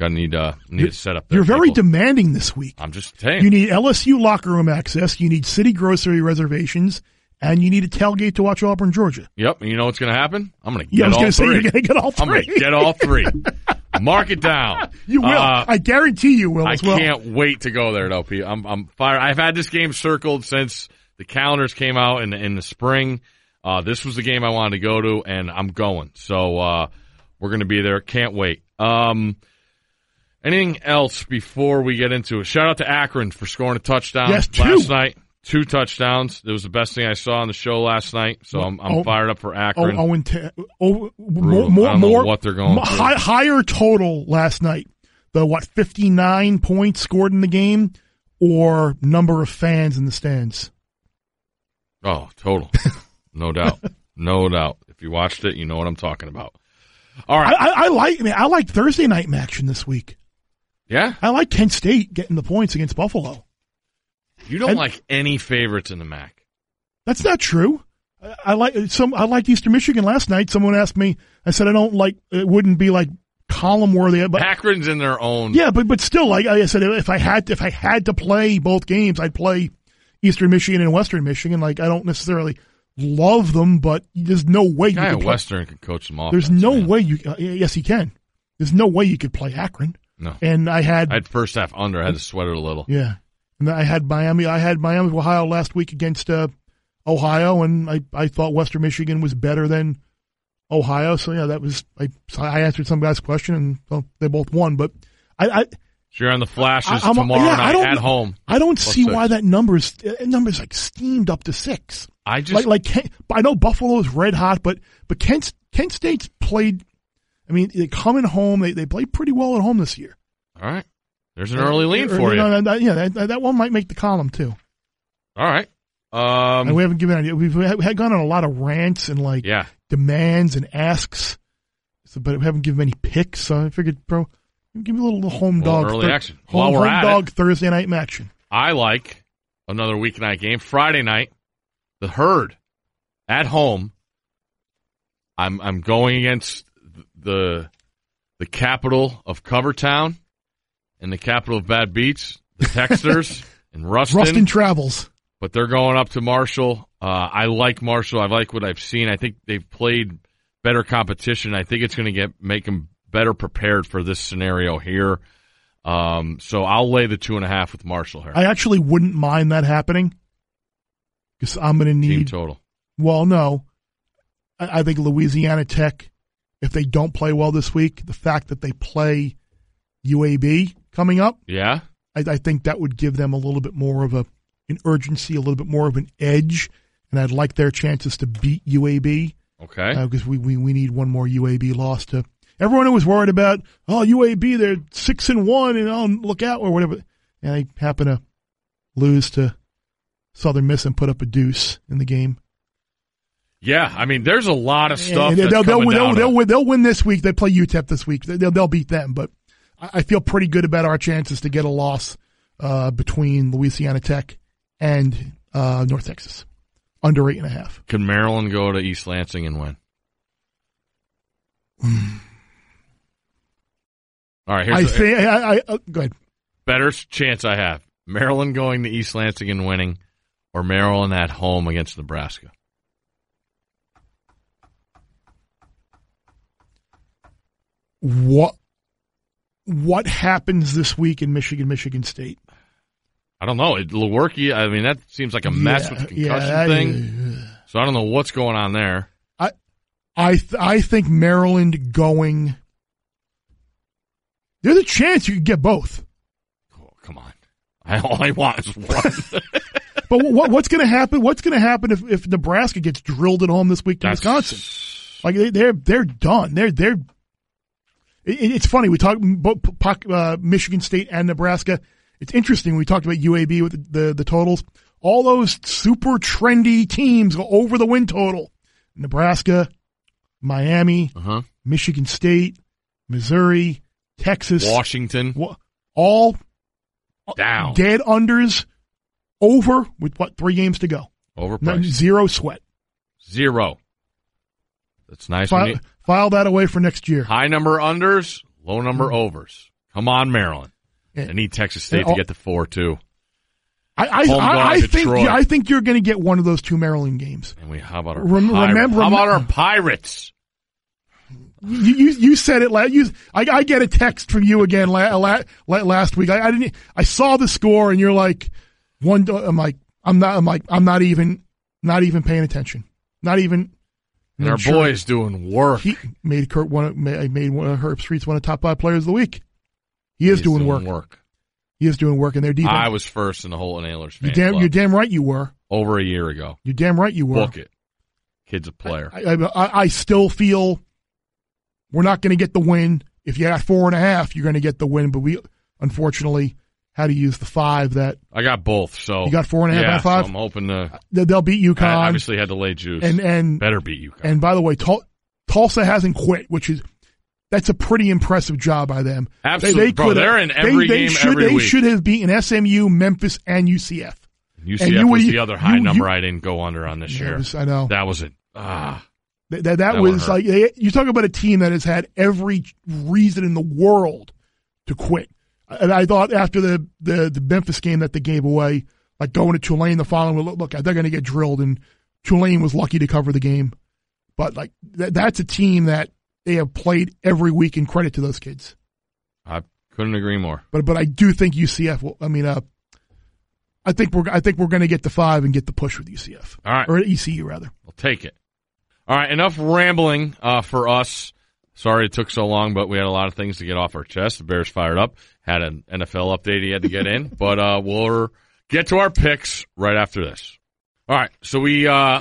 Gonna need uh, need a setup. There,
You're very
people.
demanding this week.
I'm just saying.
You need LSU locker room access. You need city grocery reservations, and you need a tailgate to watch Auburn, Georgia.
yep. And you know what's gonna happen? I'm gonna get
Yeah, I was
all
going to say
three.
you're going to get all
I'm gonna
3
get all three. Mark it down.
you will.
Uh,
I guarantee you will
I
as well.
can't wait to go there, though, Pete. I'm I'm fired. I've had this game circled since the calendars came out in in the spring. Uh, this was the game I wanted to go to, and I'm going. So uh, we're going to be there. Can't wait. Um, anything else before we get into it? Shout out to Akron for scoring a touchdown
Yes, two.
last night. Two touchdowns. It was the best thing I saw on the show last night. So I'm, I'm
Oh.
fired up for
Oh,
Akron.
oh, and te- oh,
Brutal.
more, more,
I don't know
more.
what they're going
mo-
through.
hi- higher total last night. The what? Fifty nine points scored in the game, or number of fans in the stands.
Oh, total. No doubt. No doubt. If you watched it, you know what I'm talking about. All
I,
right.
I, I like. I mean, I like Thursday night action this week.
Yeah.
I like Kent State getting the points against Buffalo.
You don't
And-
like any favorites in the MAC.
That's not true. I, I like some. I liked Eastern Michigan last night. Someone asked me. I said I don't like. It wouldn't be like column worthy, but
Akron's in their own.
yeah, but but still, like I said, if I had to, if I had to play both games, I'd play Eastern Michigan and Western Michigan. Like I don't necessarily love them, but there's no way you
guy
could
at
play.
Western can coach them off.
There's no way you. Uh, yes, he can. There's no way you could play Akron.
No.
And I had
I had first half under. I had to sweat it a little.
Yeah, and I had Miami. I had Miami of Ohio last week against uh, Ohio, and I, I thought Western Michigan was better than Ohio. So yeah, that was I. So I answered some guy's question, and well, they both won. But I, I,
So you're on the flashes
I I'm-
tomorrow
yeah,
night
I don't,
at home.
I don't see
six.
why that number is uh, that number's like steamed up to six.
I just
like like Kent, I know Buffalo is red hot, but but Kent Kent State's played. I mean, they coming home. They they played pretty well at home this year.
all right. There's an early lean
Or-
for you.
no,
All
no, no, yeah, that, that one might make the column too.
right.
and
Um.
we haven't given an idea. We've we had gone on a lot of rants and like
Yeah.
demands and asks, so, but we haven't given any picks. So I figured, bro, give me a little home
Well,
dog
early
thir-
action.
Home,
While we're
home
at
dog Thursday night action.
I like another weeknight game. Friday night, the herd at home. I'm I'm going against the the capital of Cover Town and the capital of Bad Beats, the Texters and Rustin,
Rustin travels.
but they're going up to Marshall. Uh, I like Marshall. I like what I've seen. I think they've played better competition. I think it's going to get make them better prepared for this scenario here. Um, so I'll lay the two and a half with Marshall here.
I actually wouldn't mind that happening because I'm going to
Team
need.
total.
Well, no, I, I think Louisiana Tech, if they don't play well this week, the fact that they play UAB coming up,
Yeah.
I, I think that would give them a little bit more of a an urgency, a little bit more of an edge, and I'd like their chances to beat UAB
Okay.
because Uh, we, we we need one more UAB loss to everyone who was worried about oh UAB they're six and one and oh look out or whatever, and they happen to lose to Southern Miss and put up a deuce in the game.
yeah. I mean, there's a lot of stuff.
And
that's
they'll, they'll,
coming
they'll,
down
they'll
to-
win, they'll win this week. They play UTEP this week. They'll, they'll beat them, but I, I feel pretty good about our chances to get a loss uh, between Louisiana Tech and uh, North Texas under eight and a half.
Can Maryland go to East Lansing and win? All right.
I
Here's the
think. I, I, I, go ahead.
better chance I have Maryland going to East Lansing and winning or Maryland at home against Nebraska.
What what happens this week in Michigan, Michigan State?
I don't know. It, Lewerke, I mean, that seems like a mess with the concussion
I-
thing. So I don't know what's going on there.
I th- I think Maryland going. There's a chance you could get both.
Oh, come on. I, all I want is one.
But what, what's going to happen? What's going to happen if, if Nebraska gets drilled at home this week to
That's-
Wisconsin? Like they, they're they're done. They're they're It, it- it's funny. We talked both Poc- uh, Michigan State and Nebraska. It's interesting. We talked about UAB with the, the, the totals. All those super trendy teams go over the win total. Nebraska, Miami,
Uh huh.
Michigan State, Missouri, Texas,
Washington
Wa- all
down
dead unders over with what three games to go. No,
overpriced
zero sweat.
zero. That's nice. when
File,
you-
file that away for next year.
High number unders, low number overs. Come on, Maryland.
Mm-hmm. Yeah. oh.
I need Texas State
all-
to get the four too.
I I,
Home
I,
dog
I think
Detroit.
I think you're going to get one of those two Maryland games.
And we how about our
Rem-
Pirates?
remember- Mm-hmm.
how about our Pirates?
You you, you said it last. You I, I get a text from you again la, la, la, last week. I, I didn't. I saw the score and you're like one. do- I'm like I'm not. I'm like I'm not even not even paying attention. Not even.
And our
Mm-hmm. Sure.
boys doing work.
He made Kurt one. of- ma- Made one of Herb Streets one of the top five players of the week. He is
He's
doing, work. He is doing work in their defense.
I was first in the whole Nailers fan
you damn.
club
You're damn right. You were.
over a year ago.
You're damn right. You were.
Book it. Kid's a player.
I, I, I still feel we're not going to get the win. If you got four and a half, you're going to get the win. But we unfortunately had to use the five that
I got both. So
You got four and a half
Yeah,
out of five?
So I'm hoping to.
that they'll beat
I
UConn.
obviously had to lay juice.
And and
Better beat UConn.
and by the way, Tul- Tulsa hasn't quit, which is that's a pretty impressive job by them. They-
Absolutely,
they
bro.
could-
They're in
they-
every
they
game
should,
every
they
week.
should have beaten SMU, Memphis, and UCF.
UCF
and you
was
would-
the other high
you-
number
you-
I didn't go under on this
Yeah,
year.
it was- I know
that was it. Ah,
Th- that, that
That one
was
hurt.
like they, you talk about a team that has had every reason in the world to quit. And I thought after the the, the Memphis game that they gave away, like going to Tulane the following look, look they're going to get drilled, and Tulane was lucky to cover the game. But like th- that's a team that they have played every week, and credit to those kids.
I couldn't agree more.
But but I do think UCF. Will, I mean, uh, I think we're I think we're going to get the five and get the push with UCF
All right.
or ECU rather.
I'll take it. All right, enough rambling uh, for us. Sorry it took so long, but we had a lot of things to get off our chest. The Bears fired up, had an NFL update he had to get in, but uh, we'll get to our picks right after this. All right, so we uh,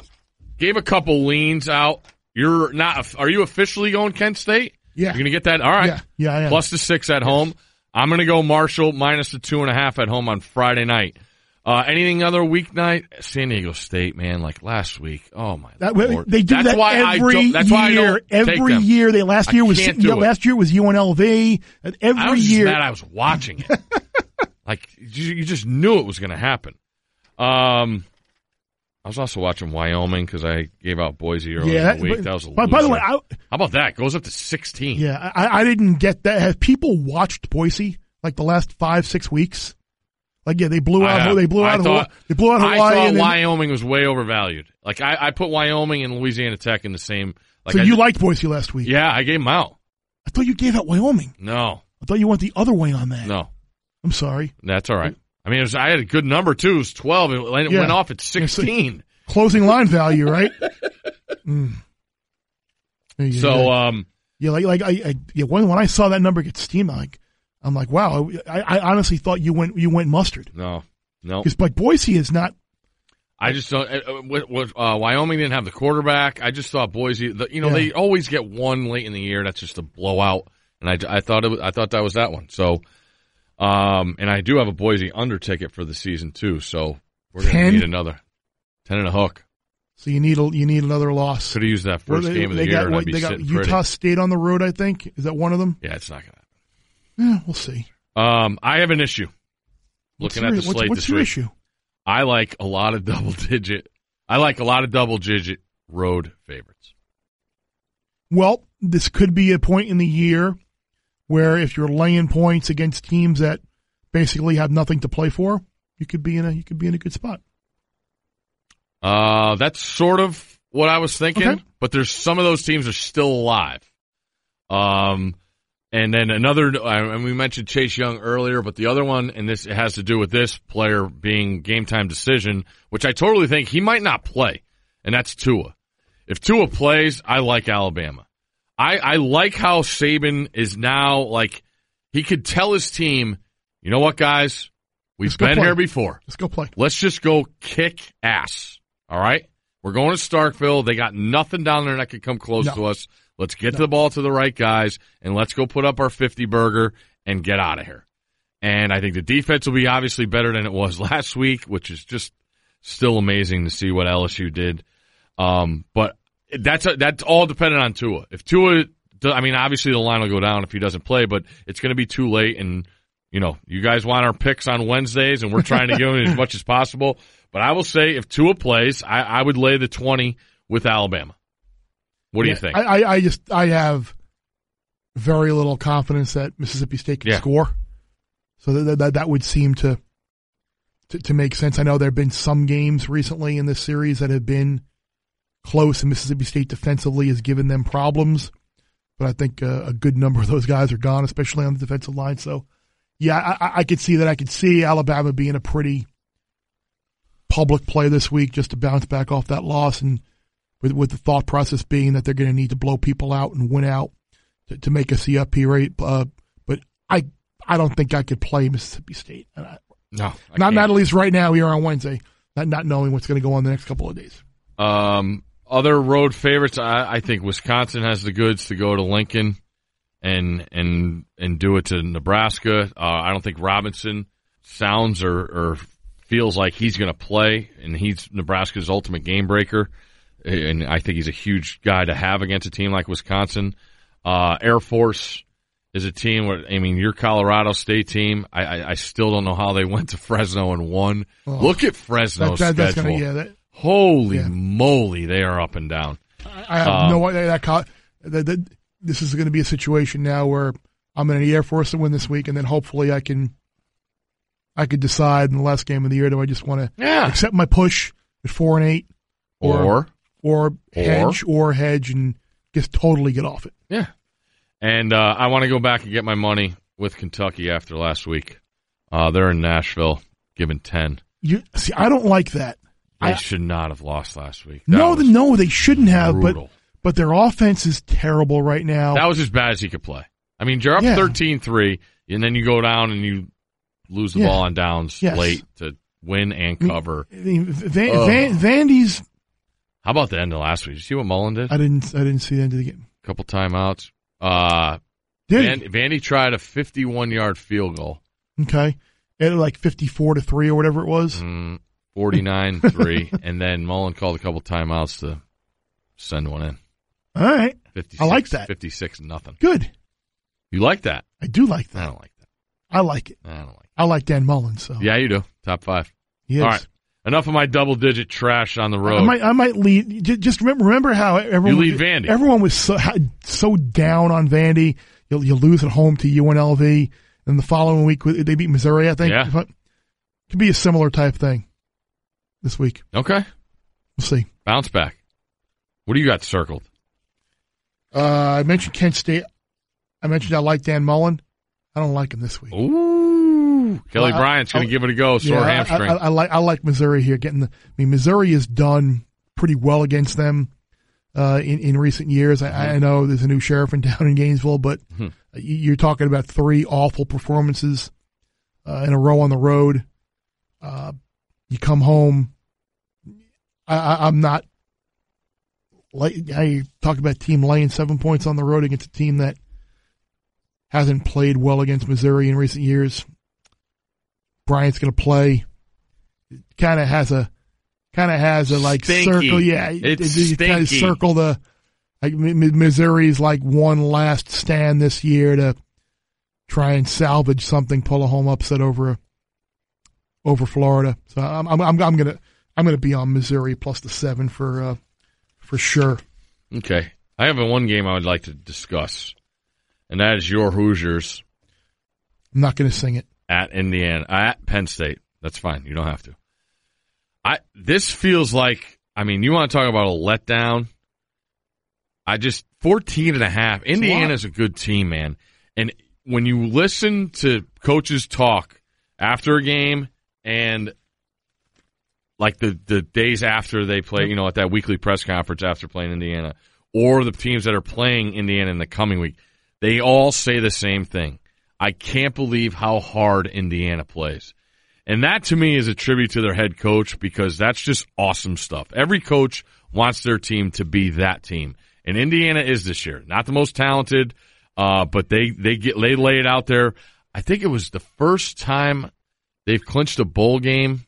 gave a couple leans out. You're not. Are you officially going Kent State?
Yeah.
You're gonna get that. All right.
Yeah, yeah, I am.
Plus the six at home. I'm gonna go Marshall minus the two and a half at home on Friday night. Uh, anything other weeknight? San Diego State, man, like last week. Oh my
That
lord,
they do
that's
that
why
every
I don't, that's why I
year.
don't take
every
them.
year, they last
I
year was
can't do
yeah,
it.
last year was UNLV. And every
I was just
year,
mad I was watching it. like you, you just knew it was going to happen. Um, I was also watching Wyoming because I gave out Boise earlier
yeah.
in the week.
but-
that was a
by, by the way,
loser.
I,
how about that? Goes up to sixteen.
yeah, I, I didn't get that. Have people watched Boise like the last five six weeks? Like yeah, they blew
I
out
have.
they blew
I
out
thought-
Hawaii, they blew out Hawaii.
I thought
and then-
Wyoming was way overvalued. Like I, I put Wyoming and Louisiana Tech in the same. Like
so
I
you
did-
liked Boise last week?
Yeah, I gave them out.
I thought you gave out Wyoming.
No,
I thought you went the other way on that.
no,
I'm sorry.
that's all right. I mean, it was, I had a good number too. It was twelve, and it
Yeah.
went off at
Yeah, so-
sixteen.
Closing line value, right? Mm. There you go.
So, um,
Yeah, like like I, I yeah, when when I saw that number get steamed, I'm like I'm like, wow, I, I honestly thought you went you went mustard
no, no,
because like Boise is not
I just don't. Uh, uh, what- what, uh, Wyoming didn't have the quarterback. I just thought Boise. The, you know,
Yeah.
they always get one late in the year. That's just a blowout. And I, I thought it was, I thought that was that one. So, um, and I do have a Boise under ticket for the season too. So we're gonna
Ten?
need another ten and a hook.
so you need a, you need another loss.
Could have used that first
Well,
game of the year.
they got,
and
what-
I'd be
they got
sitting
Utah
pretty.
State on the road, I think. Is that one of them?
Yeah, it's not gonna. happen.
Yeah, we'll see.
Um, I have an issue.
What's
Looking at
your-
the slate
what's, what's
this
your
week,
issue?
I like a lot of double digit. I like a lot of double digit road favorites.
Well, this could be a point in the year where if you're laying points against teams that basically have nothing to play for, you could be in a you could be in a good spot.
Uh, that's sort of what I was thinking,
Okay.
but there's some of those teams are still alive. Um, and then another, I- and we mentioned Chase Young earlier, but the other one, and this it has to do with this player being game time decision, which I totally think he might not play, and that's Tua. If Tua plays, I like Alabama. I, I like how Saban is now like he could tell his team, you know what, guys, we've
Let's go
been
play.
here before
Let's go play.
let's just go kick ass. All right. We're going to Starkville. They got nothing down there that could come close
No.
to us. Let's get the ball to the right guys and let's go put up our 50 burger and get out of here. And I think the defense will be obviously better than it was last week, which is just still amazing to see what LSU did. Um, but that's that's all dependent on Tua. If Tua, do- I mean, obviously the line will go down if he doesn't play, but it's going to be too late. And you know, you guys want our picks on Wednesdays, and we're trying to give them as much as possible. But I will say, if Tua plays, I, I would lay the twenty with Alabama. What do you think?
I, I, I just I have very little confidence that Mississippi State can
Yeah.
score. So that, that that would seem to, to to make sense. I know there have been some games recently in this series that have been close, and Mississippi State defensively has given them problems. But I think uh, a good number of those guys are gone, especially on the defensive line. So, yeah, I, I- I could see that. I could see Alabama being a pretty public play this week just to bounce back off that loss and with, with the thought process being that they're going to need to blow people out and win out to, to make a CFP rate. Uh, but I I don't think I could play Mississippi State. And I-
no, I
not
can't.
not at least right now here on Wednesday, not not knowing what's going to go on the next couple of days.
Um, other road favorites, I, I think Wisconsin has the goods to go to Lincoln and and and do it to Nebraska. Uh, I don't think Robinson sounds or, or feels like he's going to play, and he's Nebraska's ultimate game breaker. And I think he's a huge guy to have against a team like Wisconsin. Uh, Air Force is a team where I mean your Colorado State team. I, I, I still don't know how they went to Fresno and won. Look at Fresno's
Oh. That- that- that's
schedule.
gonna yeah. That,
Holy
Yeah.
moly, they are up and down.
I have
Um,
no idea that, co- that, that this is going to be a situation now where I'm in the Air Force to win this week, and then hopefully I can I could decide in the last game of the year do I just want to
Yeah.
accept my push at four and eight
Or,
or hedge or hedge and just totally get off it.
yeah. And uh, I want to go back and get my money with Kentucky after last week. Uh, they're in Nashville, giving ten.
You see, I don't like that.
They
I-
should not have lost last week. That
No,
was,
the, no, they shouldn't have.
brutal.
But but their offense is terrible right now.
that was as bad as he could play. I mean, you're up
Yeah.
thirteen three, 13-3, and then you go down and you lose the
Yeah.
ball on downs
Yes. Mm.
late to win and cover.
I mean, Van,
Ugh.
Van, Vandy's.
How about the end of last week? Did you see what Mullen did?
I didn't. I didn't see the end of the game.
A couple timeouts. Uh,
Did
Van, Vandy tried a 51 yard field goal.
he? okay. It was like fifty-four to three or whatever it was.
Mm, 49 3. and then Mullen called a couple timeouts to send one in.
All right,
56,
I like that.
56 nothing.
good.
You like that?
I do like
I
that.
don't like that.
I like it.
I don't like
I like Dan Mullen. So
that. Yeah, you do. Top five.
He is.
All right. Enough of my double digit trash on the road.
I might, I might lead. ju- Just remember, remember how everyone
You lead Vandy.
Everyone was so, had- so down on Vandy. You, you lose at home to UNLV, and the following week they beat Missouri. I think.
Yeah.
But could be a similar type thing this week.
okay.
We'll see.
Bounce back. What do you got circled?
Uh, I mentioned Kent State. I mentioned I like Dan Mullen. I don't like him this week.
Ooh. Kelly
Well, I-
Bryant's going
I-
to give it a go. Sore
Uh, oh, Yeah, I-
hamstring.
I, I, like I like Missouri here. Getting the, I mean, Missouri has done pretty well against them uh, in in recent years. I,
Mm-hmm.
I know there's a new sheriff in town in Gainesville, but you- you're talking about three awful performances uh, in a row on the road. Uh, you come home. I, I, I'm not. Like I talked about, team laying seven points on the road against a team that hasn't played well against Missouri in recent years. Bryant's going to play. Kind of has a, kind of has a like
Stinky.
circle. Yeah,
It's
kind of
stinky.
circle the. Like Mi- Mi- Missouri's like one last stand this year to try and salvage something, pull a home upset over over Florida. So I'm I'm, I'm, I'm gonna I'm gonna be on Missouri plus the seven for uh, for sure.
Okay. I have a one game I would like to discuss, and that is your Hoosiers
I'm not gonna sing it.
at Indiana at Penn State. That's fine. You don't have to. I this feels like I mean, you want to talk about a letdown. I just 14 and a half. Indiana's a good team, man. And when you listen to coaches talk after a game and like the the days after they play, you know, at that weekly press conference after playing Indiana, or the teams that are playing Indiana in the coming week, they all say the same thing. I can't believe how hard Indiana plays. And that to me is a tribute to their head coach because that's just awesome stuff. Every coach wants their team to be that team. And Indiana is this year. Not the most talented, uh, but they, they get, they lay it out there. I think it was the first time they've clinched a bowl game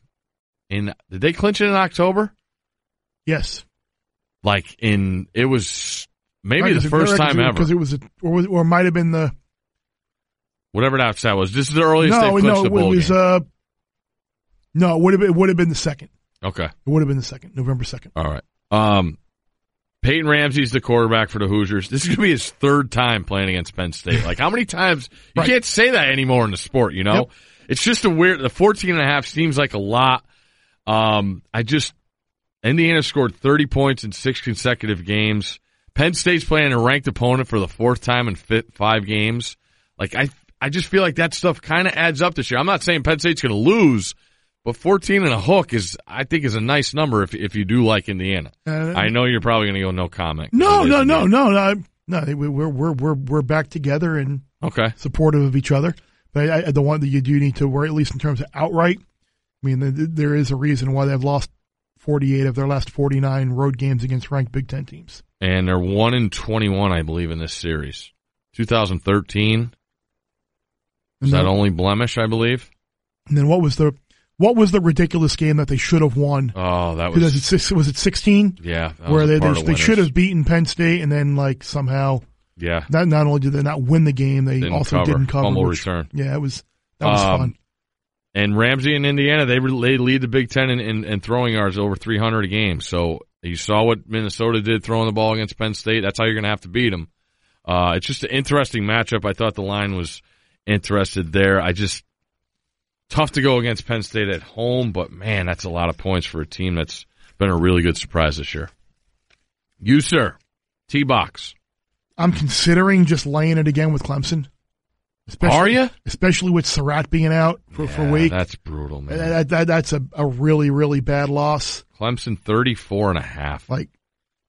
in, did they clinch it in October?
Yes.
Like in, it was maybe the first time ever.
Because it was, a, or, was- or it might have been the.
Whatever that upset was. This is the earliest
no,
they've clinched
no,
a
it
bowl
was.
game.
Uh, no, it would have been, it would have been the second.
okay.
It would have been the second, November second.
All right. Um, Peyton Ramsey's the quarterback for the Hoosiers. This is going to be his third time playing against Penn State. Like, how many times? You
Right.
can't say that anymore in the sport, you know?
Yep.
It's just a weird, the 14 and a half seems like a lot. Um, I just, Indiana scored 30 points in six consecutive games. Penn State's playing a ranked opponent for the fourth time in fi five games. Like, I, I just feel like that stuff kind of adds up this year. I'm not saying Penn State's going to lose, but 14 and a hook is, I think, is a nice number if, if you do like Indiana.
Uh,
I know you're probably going to go no comment.
No,
It
no,
is
no,
Indiana.
no, no, I- no. they- We're we're we're we're back together and
Okay.
supportive of each other. But I, I, the one that you do need to worry, at least in terms of outright. I mean, th- th- there is a reason why they've lost 48 of their last 49 road games against ranked Big Ten teams.
And they're 1 in 21, I believe, in this series. 2013 was
And
that
then,
only blemish, I believe.
and then what was the what was the ridiculous game that they should have won?
Oh, that
Was it
was.
six, was it 16?
Yeah. that
Where
was a
they
part
they,
of
they should
winners.
have beaten Penn State and then like somehow
Yeah.
not not only did they not win the game, they
Didn't
also
cover.
didn't cover.
Fumble
which-
return.
Yeah, it was that was
Um,
fun.
And Ramsey in Indiana, they, re- they lead the Big Ten in, in, in throwing yards over 300 a game. So you saw what Minnesota did throwing the ball against Penn State. That's how you're going to have to beat them. Uh, it's just an interesting matchup. I thought the line was interested there. I just tough to go against Penn State at home, but man, that's a lot of points for a team that's been a really good surprise this year. You sir, T box.
I'm considering just laying it again with Clemson. Especially,
Are you?
Especially with Surratt being out for, for week.
That's brutal, man.
That, that, that's a, a really, really bad loss.
Clemson 34 and a half.
Like,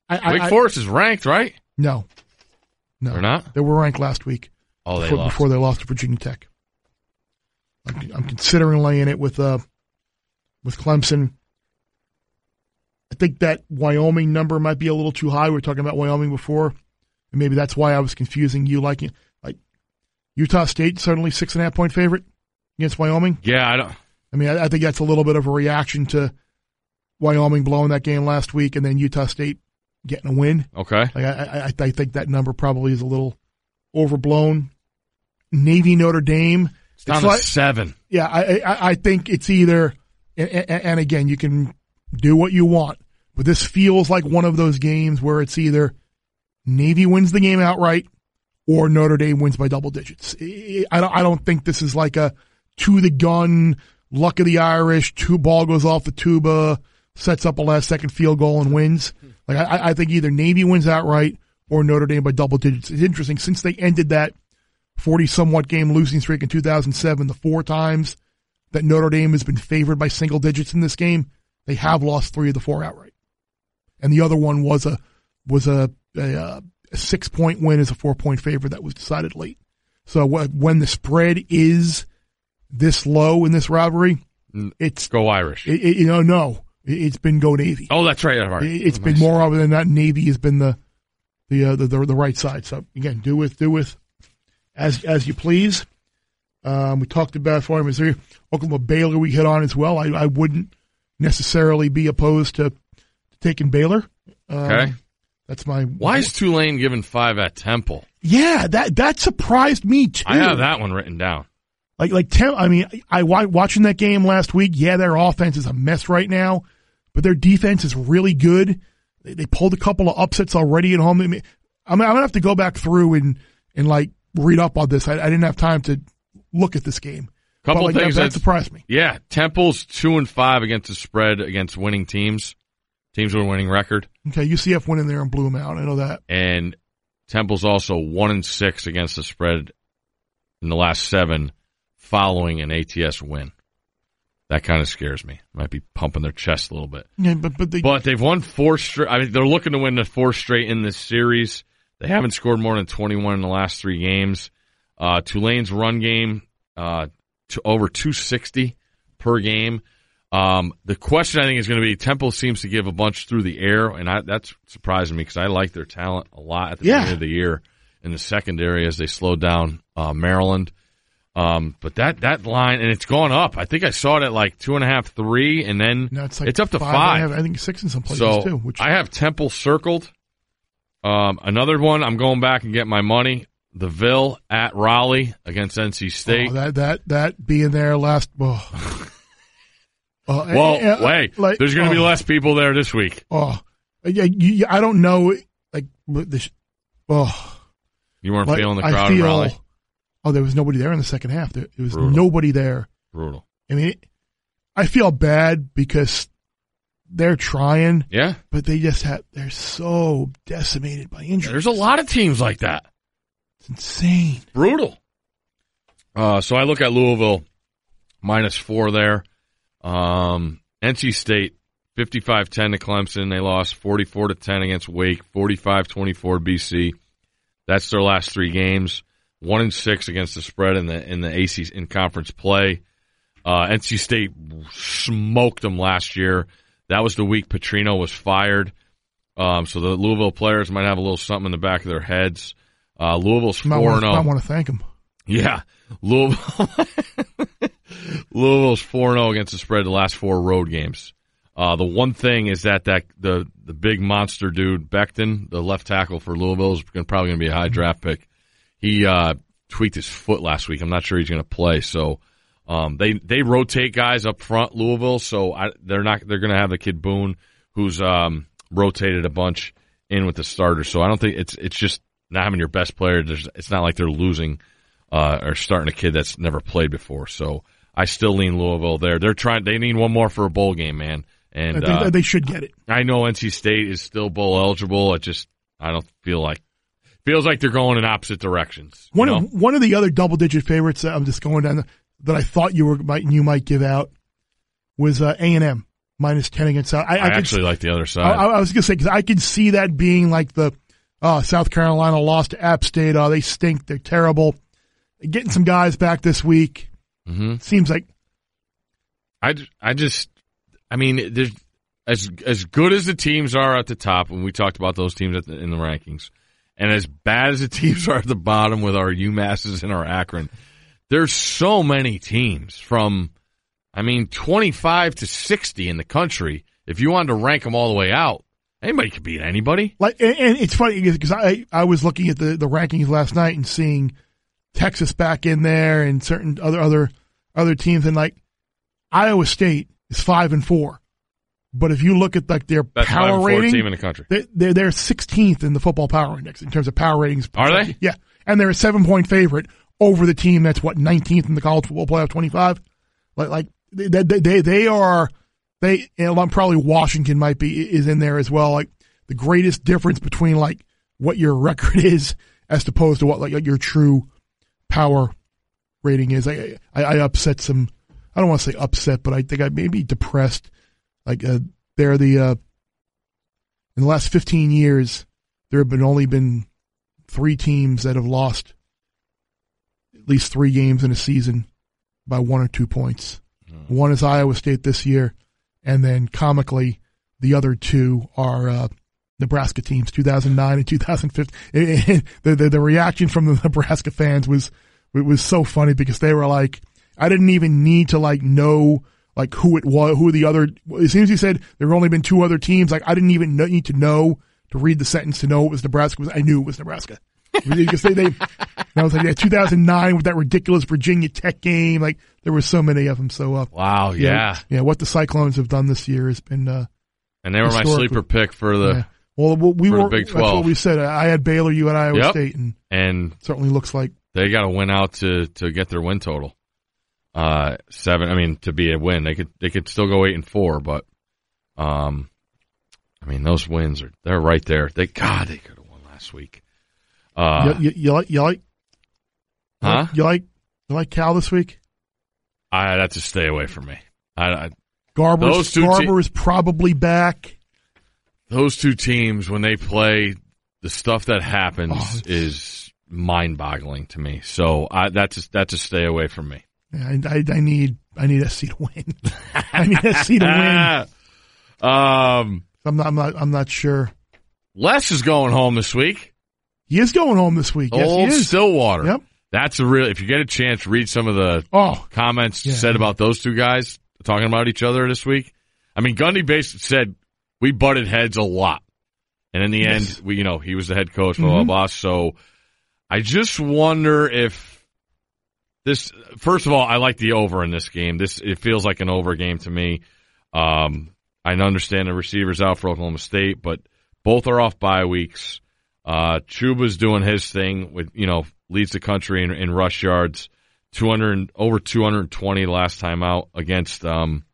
I, I,
Wake
I-
Forest is ranked, right?
no. No.
They're not?
They were ranked last week
Oh, they
before,
lost.
before they lost to Virginia Tech. I'm, I'm considering laying it with, uh, with Clemson. I think that Wyoming number might be a little too high. We were talking about Wyoming before. And maybe that's why I was confusing you liking like Utah State suddenly six and a half point favorite against Wyoming.
yeah, I don't.
I mean, I, I think that's a little bit of a reaction to Wyoming blowing that game last week and then Utah State getting a win.
Okay.
Like I, I, I think that number probably is a little overblown. Navy Notre Dame.
It's down
It's
to
like-
seven.
Yeah, I, I, I think it's either, and, and again, you can do what you want, but this feels like one of those games where it's either Navy wins the game outright or Notre Dame wins by double digits. I I don't, I don't think this is like a to the gun, luck of the Irish, two ball goes off the tuba, sets up a last second field goal and wins. Like I, I think either Navy wins outright or Notre Dame by double digits. It's interesting since they ended that 40 somewhat game losing streak in 2007, the four times that Notre Dame has been favored by single digits in this game, they have lost three of the four outright. And the other one was a, was a, a, uh, a six point win as a four point favor that was decided late. So wh- when the spread is this low in this rivalry, it's,
Go Irish.
it, it- you know, no, it, it's been go Navy.
oh, that's right. All right. Mm-hmm.
It- It's been more often than not. Navy has been the the, uh, the the the right side. So again, do with do with as as you please. Um, we talked about for Missouri, Oklahoma, Baylor. We hit on as well. I, I wouldn't necessarily be opposed to, to taking Baylor. Um,
Okay.
that's my
Why is Tulane giving five at Temple?
yeah that that surprised me too.
I have that one written down.
Like like Tem- I mean, I, I wa- watching that game last week. Yeah, their offense is a mess right now, but their defense is really good. They, they pulled a couple of upsets already at home. I mean, I'm, I'm gonna have to go back through and and like read up on this. I, I didn't have time to look at this game.
Couple
But, like,
things
that,
that-
that surprised me.
Yeah, Temple's two and five against the spread against winning teams, teams with a winning record,
Okay, UCF went in there and blew them out. I know that.
and Temple's also one and six against the spread in the last seven, following an ATS win. That kind of scares me. Might be pumping their chest a little bit.
Yeah, but but they
But they've won four straight. I mean, they're looking to win the four straight in this series. They haven't scored more than 21 in the last three games. Uh, Tulane's run game, uh, to over 260 per game. Um, the question I think is going to be Temple seems to give a bunch through the air, and I, that's surprising me because I like their talent a lot at the
Yeah.
beginning of the year in the secondary as they slowed down uh, Maryland. Um, but that that line and it's gone up. I think I saw it at like two and a half, three, and then
No, it's like
it's up to
five. I, have, I think six in some places
so
too. Which
I have Temple circled. Um, another one. I'm going back and get my money. The Ville at Raleigh against NC State.
oh, that that that being there last. Oh. Uh,
well,
eh, eh,
wait.
like,
There's going to be
oh,
less people there this week.
Oh, yeah. You, you- I don't know. Like what this. Oh,
You weren't
like,
feeling the
I
crowd in
feel-
Raleigh.
Oh, there was nobody there in the second half. There, there was
Brutal.
nobody there.
Brutal.
I mean, it, I feel bad because they're trying,
Yeah.
but they just have. They're so decimated by injury.
There's a lot of teams like that.
It's insane.
Brutal. Uh, so I look at Louisville minus four there. Um, NC State 55 10 to Clemson. They lost 44 to 10 against Wake, 45 24 BC. That's their last three games. One and six against the spread in the in the AC in conference play. Uh, NC State smoked them last year. That was the week Petrino was fired. Um, so the Louisville players might have a little something in the back of their heads. Uh, Louisville's
Might
four and
want,
oh.
to,
zero.
might want to thank them.
Yeah, Louisville. Louisville's four zero against the spread the last four road games. Uh, the one thing is that that the the big monster dude Becton, the left tackle for Louisville, is gonna, probably going to be a high draft pick. He uh, tweaked his foot last week. I'm not sure he's going to play. So um, they they rotate guys up front, Louisville. So I, they're not they're going to have the kid Boone, who's um, rotated a bunch in with the starters. So I don't think it's it's just not having your best player. There's, it's not like they're losing uh, or starting a kid that's never played before. So I still lean Louisville there. They're trying. They need one more for a bowl game, man. And
I think
uh,
that they should get it.
I know NC State is still bowl eligible. I just I don't feel like feels like they're going in opposite directions. you
One
know?
of one of the other double digit favorites that I'm just going down the, that I thought you were might you might give out was uh, A and M minus ten against South. I,
I,
could-
actually like the other
I,
side.
I was gonna say because I could see that being like the uh, South Carolina lost to App State. Oh, they stink. They're terrible. Getting some guys back this week
Mhm.
seems like
I, ju- I just, I mean, there's as as good as the teams are at the top, and we talked about those teams at the, in the rankings, and as bad as the teams are at the bottom with our UMasses and our Akron, there's so many teams from, I mean, 25 to 60 in the country. If you wanted to rank them all the way out, anybody could beat anybody.
like and, and it's funny because I I was looking at the the rankings last night and seeing Texas back in there and certain other other other teams and like Iowa State is five and four, but if you look at like their
Best
power
five and four
rating,
team in the country.
they- they're they're sixteenth in the football power index in terms of power ratings.
Are they?
Yeah, and they're a seven point favorite over the team that's what nineteenth in the college football playoff twenty five. Like like they they they, they are they and I'm probably Washington might be is in there as well. Like the greatest difference between like what your record is as opposed to what like your true power rating is. I I, I upset some. I don't want to say upset, but I think I may be depressed. Like uh, they're the uh, in the last 15 years, there have been only been three teams that have lost at least three games in a season by one or two points. One is Iowa State this year, and then comically, the other two are uh, Nebraska teams, 2009 and 2015. And- and the, the the reaction from the Nebraska fans was it was so funny because they were like, I didn't even need to like know like who it was, who the other. As soon as you said there have only been two other teams, like I didn't even know, need to know to read the sentence to know it was Nebraska. I knew it was Nebraska. because they, they, and I was like, yeah, 2009 with that ridiculous Virginia Tech game. Like there were so many of them. So, uh,
Wow,
you know,
yeah,
yeah. What the Cyclones have done this year has been, uh,
and they were my
Historically.
sleeper pick for the
yeah. well, we- we
for the
were.
Big
That's
12.
what we said. I had Baylor, you, and Iowa
Yep.
State, and
and
certainly looks like
they got to win out to to get their win total. Uh, seven. I mean, to be a win, they could they could still go eight and four, but um, I mean those wins are they're right there. They God, they could have won last week. Uh,
you, you, you like you like
huh?
you like you like Cal this week.
I that's a stay away from me. I, I
Garber
Those two
Garber
te-
is probably back.
those two teams when they play, the stuff that happens
Oh,
is mind boggling to me. So I that's a, that's a stay away from me.
I, I, I need I need SC to win. I need SC to win.
Ah. Um,
I'm not. I'm not. I'm not sure.
Les is going home this week.
He is going home this week. Yes, he
Old
is.
Stillwater.
Yep.
That's a real. If you get a chance, read some of the
Oh,
comments
Yeah.
said about those two guys talking about each other this week. I mean, Gundy basically said we butted heads a lot, and in the
Yes. Mm-hmm.
end, we you know he was the head coach, blah blah blah. So I just wonder if this. First of all, I like the over in this game. This it feels like an over game to me. Um, I understand the receivers out for Oklahoma State, but both are off bye weeks. Uh, Chuba's doing his thing with you know leads the country in, in rush yards, two hundred and over two hundred and twenty last time out against um,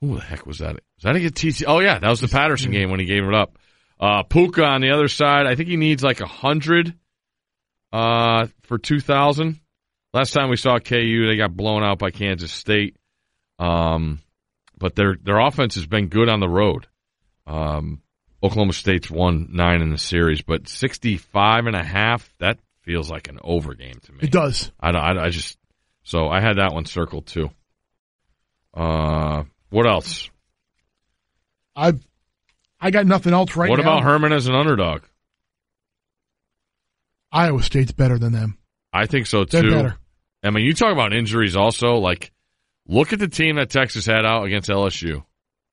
who the heck was that? Was that against TC? Oh yeah, that was the Patterson game when he gave it up. Uh, Puka on the other side, I think he needs like a hundred uh, for two thousand. Last time we saw KU, they got blown out by Kansas State. Um, but their their offense has been good on the road. Um, Oklahoma State's won nine in the series, but 65 and a half, that feels like an over game to me.
it does.
I, don't, I, I just, so I had that one circled too. Uh, what else?
I, I got nothing else right
what
now.
about Herman as an underdog?
Iowa State's better than them.
I think so
They're
too.
better.
I mean, you talk about injuries also. Like, look at the team that Texas had out against LSU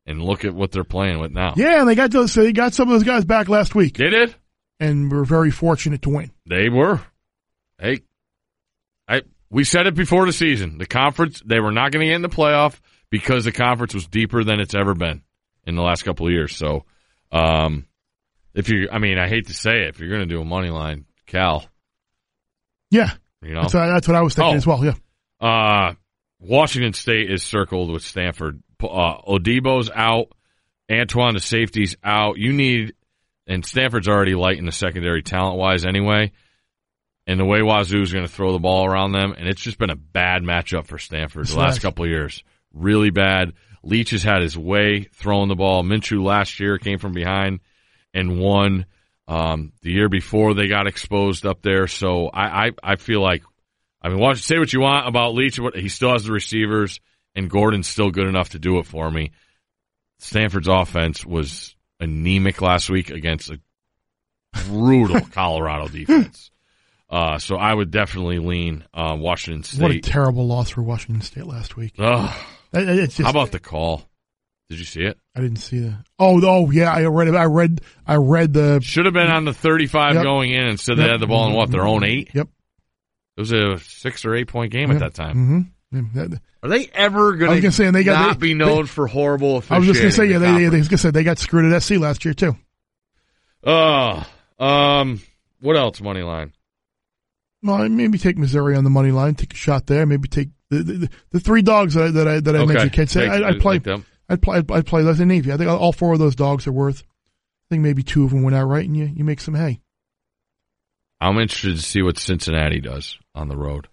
and look at what they're playing with now.
Yeah, and they got those. They got some of those guys back last week,
They did.
and we were very fortunate to win.
They were. Hey, I we said it before the season. The conference they were not going to get in the playoff because the conference was deeper than it's ever been in the last couple of years. So, um, if you, I mean, I hate to say it, if you're going to do a money line, Cal,
Yeah,
you know,
that's, that's what I was thinking
Oh.
as well. Yeah,
uh, Washington State is circled with Stanford. P- Uh, Odebo's out. Antoine, the safety's out. You need, and Stanford's already light in the secondary talent wise anyway. And the way Wazoo's going to throw the ball around them, and it's just been a bad matchup for Stanford the
That's
last
right.
couple of years. Really bad. Leach has had his way throwing the ball. Minshew last year came from behind and won. Um, the year before they got exposed up there, so I I, I feel like I mean, watch, say what you want about Leach. What he still has the receivers, and Gordon's still good enough to do it for me. Stanford's offense was anemic last week against a brutal Colorado defense. Uh, so I would definitely lean uh, Washington
what a
State.
terrible loss for Washington State last week.
Ugh.
It- it- It's just,
how about the call? Did you see it?
I didn't see that. Oh, oh yeah, I read. I read. I read the.
Should have been on the 35
Yep.
going in, and said they
Yep.
had the ball in what their own eight.
Yep.
It was a six or eight point game at that time.
Mm-hmm.
Are they ever
I
going
was gonna say, and they got-
not
they-
be known for horrible
I was just gonna say, yeah,
officiating
they,
in the
they, they, I was gonna say they got screwed at SC last year too.
Oh, um, what else? Money line.
Well, maybe take Missouri on the money line, take a shot there. Maybe take the the, the three dogs that I that I, that I mentioned. Can't say
take-
I, I'd play.
take them.
I'd play. I'd, I'd play those in Navy. I think all four of those dogs are worth. I think maybe two of them went out right, and you you make some hay.
I'm interested to see what Cincinnati does on the road.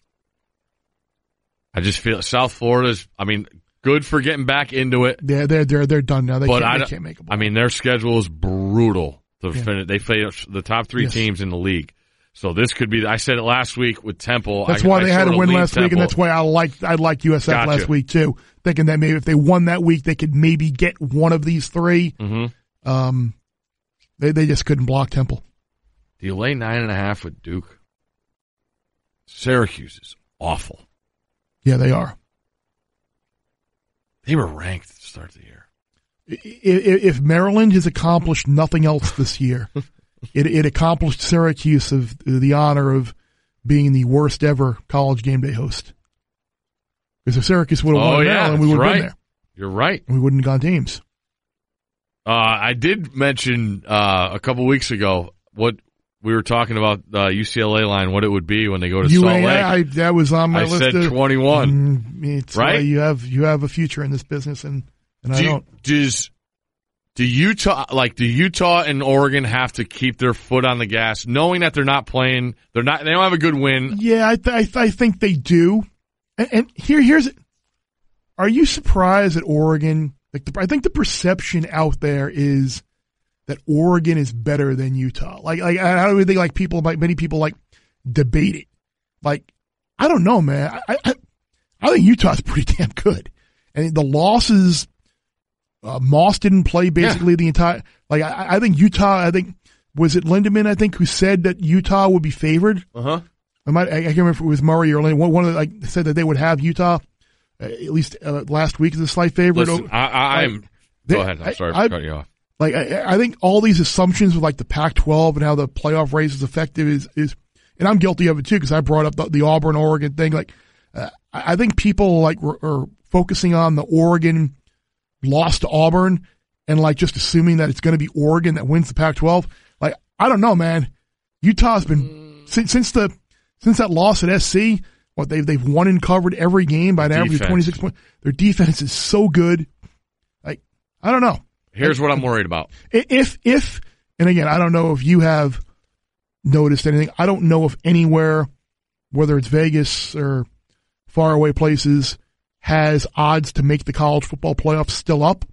I just feel South Florida's. I mean, good for getting back into it,
They're they're they're, they're done now. They,
but
can't,
I,
they
don't-
can't make a ball.
I mean, their schedule is brutal. To
Yeah.
finish, they play the top three
Yes.
teams in the league. So this could be. I said it last week with Temple.
that's
I-
why
I
they had
sorta
a win
leaned
last week,
Temple.
and that's why I liked I liked USF
Gotcha.
last week too, thinking that maybe if they won that week, they could maybe get one of these 3
Mhm.
Um, they they just couldn't block Temple.
Do you lay nine and a half with Duke? Syracuse is awful.
Yeah, they are.
They were ranked at the start of the year.
if, if Maryland has accomplished nothing else this year, it, it accomplished Syracuse of the honor of being the worst ever college game day host. Because if Syracuse would have won
Oh,
in
yeah,
Maryland, we
that's
would have
right.
been there.
You're right.
We wouldn't have gone teams.
Uh, I did mention uh, a couple weeks ago what we were talking about uh, UCLA line, what it would be when they go to Salt
UAI,
Lake.
I, that was on my
I
list.
said
of,
21.
Mm, it's
Right?
why You have you have a future in this business, and and I
Do, you-
don't.
does do Utah like do Utah and Oregon have to keep their foot on the gas, knowing that they're not playing, they're not, they don't have a good win.
Yeah, I th- I, th- I think they do. And, and here here's Are you surprised that Oregon? Like the, I think the perception out there is that Oregon is better than Utah. Like like I I don't think like people like many people like debate it. Like I don't know, man. I I, I think Utah's pretty damn good. And the losses, uh, Moss didn't play basically the entire. Like I, I think Utah. I think was it Lindemann? I think who said that Utah would be favored.
Uh huh.
I might. I, I can't remember if it was Murray or Lindemann. One, one of the, like said that they would have Utah uh, at least uh, last week as a slight favorite.
Listen, I, I, I'm.
They-
Go ahead. I'm sorry
I-
for cutting you off.
like I, I think all these assumptions with like the Pac-12 and how the playoff race is effective is is, and I'm guilty of it too because I brought up the, the Auburn Oregon thing. Like uh, I I think people like were, are focusing on the Oregon loss to Auburn and like just assuming that it's going to be Oregon that wins the Pac-12. Like I don't know, man. Utah's been since, since the since that loss at SC. What they've they've won and covered every game by an average of
Defense.
26 points. Their defense is so good. Like I don't know.
Here's what I'm worried about.
I- if if and again i don't know if you have noticed anything i don't know if anywhere whether it's vegas or faraway places has odds to make the college football playoffs still up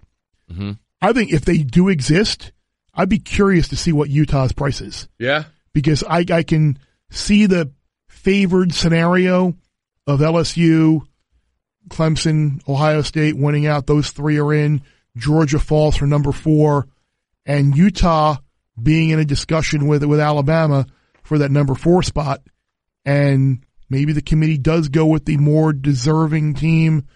Mhm.
i think if they do exist i'd be curious to see what utah's price is
Yeah.
because I, I can see the favored scenario of LSU, Clemson, Ohio State winning out. Those three are in. Georgia falls for number four, and Utah being in a discussion with with Alabama for that number four spot, and maybe the committee does go with the more deserving team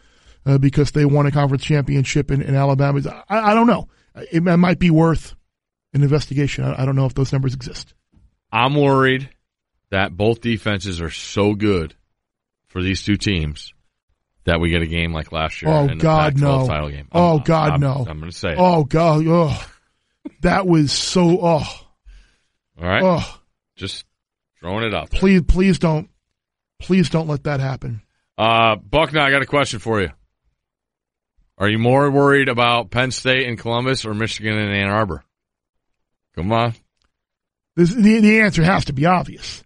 uh, because they won a conference championship in, in Alabama. I, I don't know. It, it might be worth an investigation. I, I don't know if those numbers exist.
I'm worried that both defenses are so good for these two teams that we get a game like last year.
Oh,
in the
God,
Pac-12
no.
Title game.
Oh,
I'm-
God,
I'm-
no.
I'm going to say it.
Oh god, oh, that was so. Oh,
All right,
oh,
just throwing it up.
please, please don't, please don't let that happen.
Uh, Buck, now I got a question for you. Are you more worried about Penn State and Columbus or Michigan and Ann Arbor? Come on,
This, the the answer has to be obvious.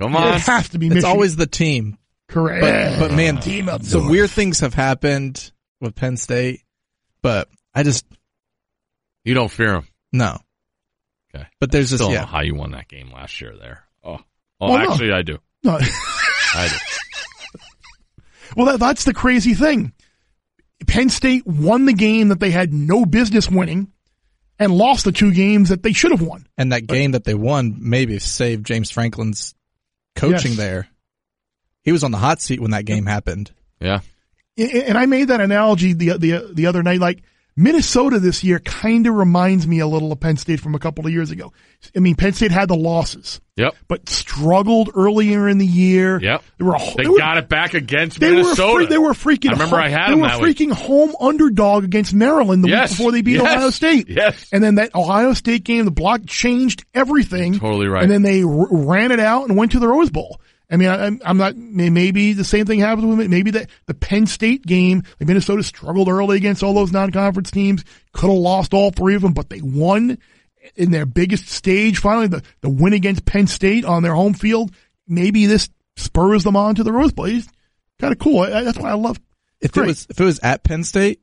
come on.
It has to be.
It's
Michigan.
always the team.
correct.
But but man,
team up.
some weird things have happened with Penn State, but I just
You don't fear them.
no.
Okay.
But there's just
Still don't
yeah.
know how you won that game last year. There. Oh, oh,
Well, no.
actually, I do.
No.
I do.
well, that, that's the crazy thing. Penn State won the game that they had no business winning, and lost the two games that they should have won.
And that game that they won maybe saved James Franklin's coaching
Yes.
there. He was on the hot seat when that game happened.
Yeah.
and I made that analogy the the the other night. Like Minnesota this year kind of reminds me a little of Penn State from a couple of years ago. I mean, Penn State had the losses,
Yep.
but struggled earlier in the year.
Yep.
they were a-
They,
were-
got it back against
they were
Minnesota.
free, they were freaking.
I remember
home-
I had
they
them
were
that week.
freaking home underdog against Maryland the
Yes.
week before they beat
Yes.
Ohio State.
Yes.
and then that Ohio State game, the block changed everything.
Totally right.
And then they r- ran it out and went to the Rose Bowl. I mean, I, I'm- I'm not. may- Maybe the same thing happens with maybe the the Penn State game. Like Minnesota struggled early against all those non-conference teams. Could have lost all three of them, but they won in their biggest stage. Finally, the the win against Penn State on their home field. Maybe this spurs them on to the Rose Bowl. It's kind of cool. I, I- that's why I love.
If
Great.
it was if it was at Penn State,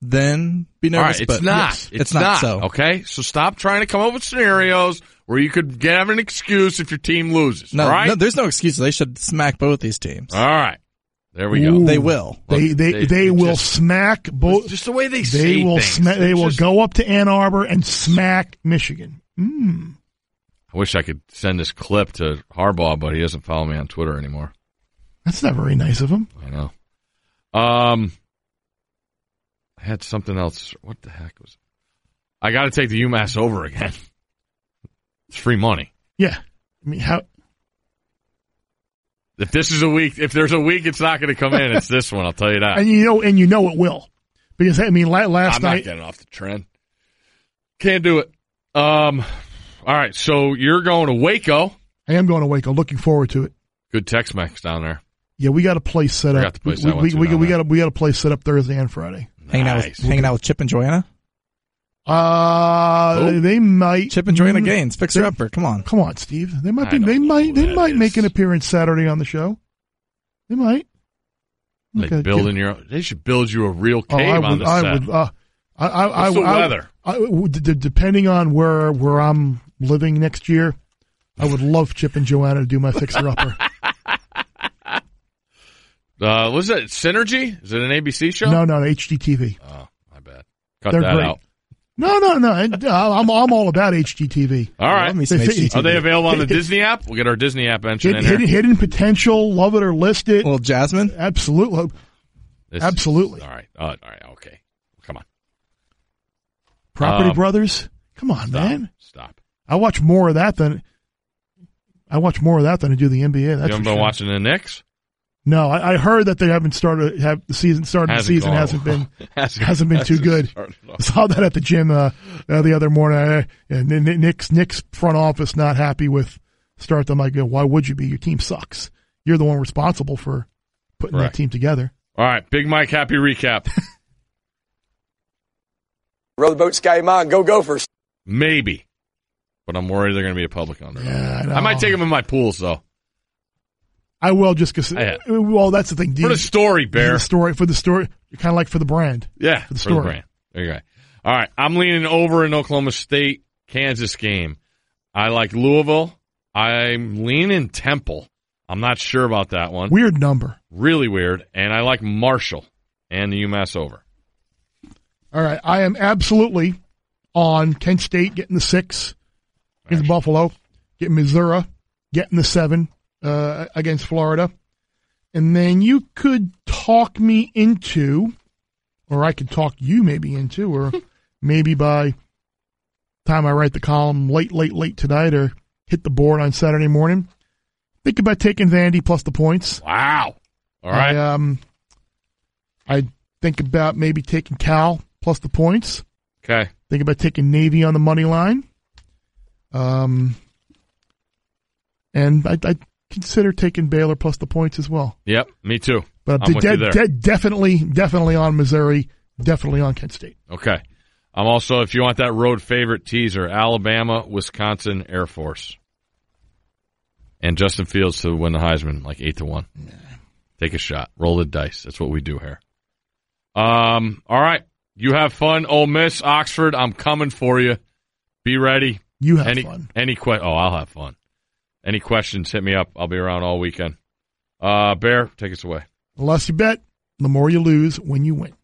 then be
All right,
nervous.
it's
but
not.
yes,
it's, not.
So
Okay, so stop trying to come up with scenarios where you could get have an excuse if your team loses.
no,
all right,
no, there's no excuse. They should smack both these teams.
all right. There we go.
Ooh.
They will.
They
Look,
they
they-
they,
they
will
just-
smack both.
Just the way they say
They will
things.
sma- they
It's
will
just-
go up to Ann Arbor and smack Michigan. Mm.
I wish I could send this clip to Harbaugh, but he doesn't follow me on Twitter anymore.
That's not very nice of him.
I know. Um, I had something else. What the heck was? I got to take the UMass over again. it's free money.
Yeah. I mean, how
If this is a week, if there's a week, it's not going to come in. It's this one. I'll tell you that.
and you know and you know it will because I mean la- last
Uh, I'm not
night
getting off the trend. Can't do it. Um, all right. So you're going to Waco.
I am going to Waco. Looking forward to it.
Good Tex Mex down there.
Yeah, we got a place set
Forgot
up.
the place
we
I went
we,
to
we,
down
we
there.
got a, we got a place set up Thursday and Friday.
Hanging out with
Nice.
hanging out with Chip and Joanna.
Uh
Oh.
they might
Chip and
Mm-hmm.
Joanna Gaines, fix her upper. Come on.
Come on, Steve. They might
I
be.
don't
They
know
might.
who
They
that
might make
is.
an appearance Saturday on the show. They might.
They
Okay,
build
give-
in your. They should build you a real
Oh,
cave
I would,
on the
I
set.
Would, uh, I, I, I,
What's the
I-
weather?
I- w- d- d- depending on where where I'm living next year, I would love Chip and Joanna to do my fixer upper.
Uh, was it Synergy? Is it an ABC show?
No, no, no, HGTV.
Oh, my bad. Cut
They're
that
great.
out.
No, no, no. and, uh, I'm, I'm all about HGTV.
All
I
right.
love me some
They-
HGTV.
Are they available on the
Hit- hit-
Disney app? We'll get our Disney app mention
Hid,
in Oh. here.
hidden, hidden potential, love it or list it.
Well, Jasmine,
absolutely.
This-
Absolutely.
All right. Uh, all right. Okay. Come on.
Property
Um,
Brothers. Come on,
Stop.
man.
Stop.
I watch more of that than I watch more of that than I do the NBA. That's
you haven't
for
been
sure.
watching the Knicks?
No, I, I heard that they haven't started. Have the season started? The
Hasn't
season
gone
hasn't
well.
been hasn't been too good.
started off.
I saw that at the gym uh, uh, the other morning, I, and N- N- Nick's Nick's front office not happy with start. I'm like, why would you be? Your team sucks. You're the one responsible for putting
Correct.
that team together.
All right. Big Mike, happy recap.
Row the boat, sky mine. Go Gophers.
Maybe. But I'm worried they're going to be a public underdog.
Yeah, I,
I might
know.
take them in my pools, though.
um, I will just because.
Yeah.
Well, that's the thing.
For the story,
for
Bear.
the story for the story, kind of like for the brand.
Yeah, for
the
the
story.
brand. There you go. All right, I'm leaning over in Oklahoma State Kansas game. I like Louisville. I'm leaning Temple. I'm not sure about that one.
Weird number.
really weird. And I like Marshall and the UMass over.
All right, I am absolutely on Kent State getting the six against Buffalo, getting Missouri, getting the seven uh, against Florida, and then you could talk me into, or I could talk you maybe into, or maybe by the time I write the column late, late, late tonight, or hit the board on Saturday morning, think about taking Vandy plus the points.
Wow. All right.
I, um, I think about maybe taking Cal plus the points.
okay.
Think about taking Navy on the money line. Um, and I, I consider taking Baylor plus the points as well.
Yep. Me too.
But
I'm with you
de-
there.
de- definitely, definitely on Missouri. Definitely on Kent State.
Okay. I'm also, if you want that road favorite teaser, Alabama, Wisconsin, Air Force. And Justin Fields to win the Heisman, like eight to one. Take a shot. Roll the dice. That's what we do here. Um, all right. You have fun, Ole Miss, Oxford. I'm coming for you. Be ready.
You have
any
fun.
any que- oh, I'll have fun. Any questions, hit me up. I'll be around all weekend. Uh Bear, take us away.
The less you bet, the more you lose when you win.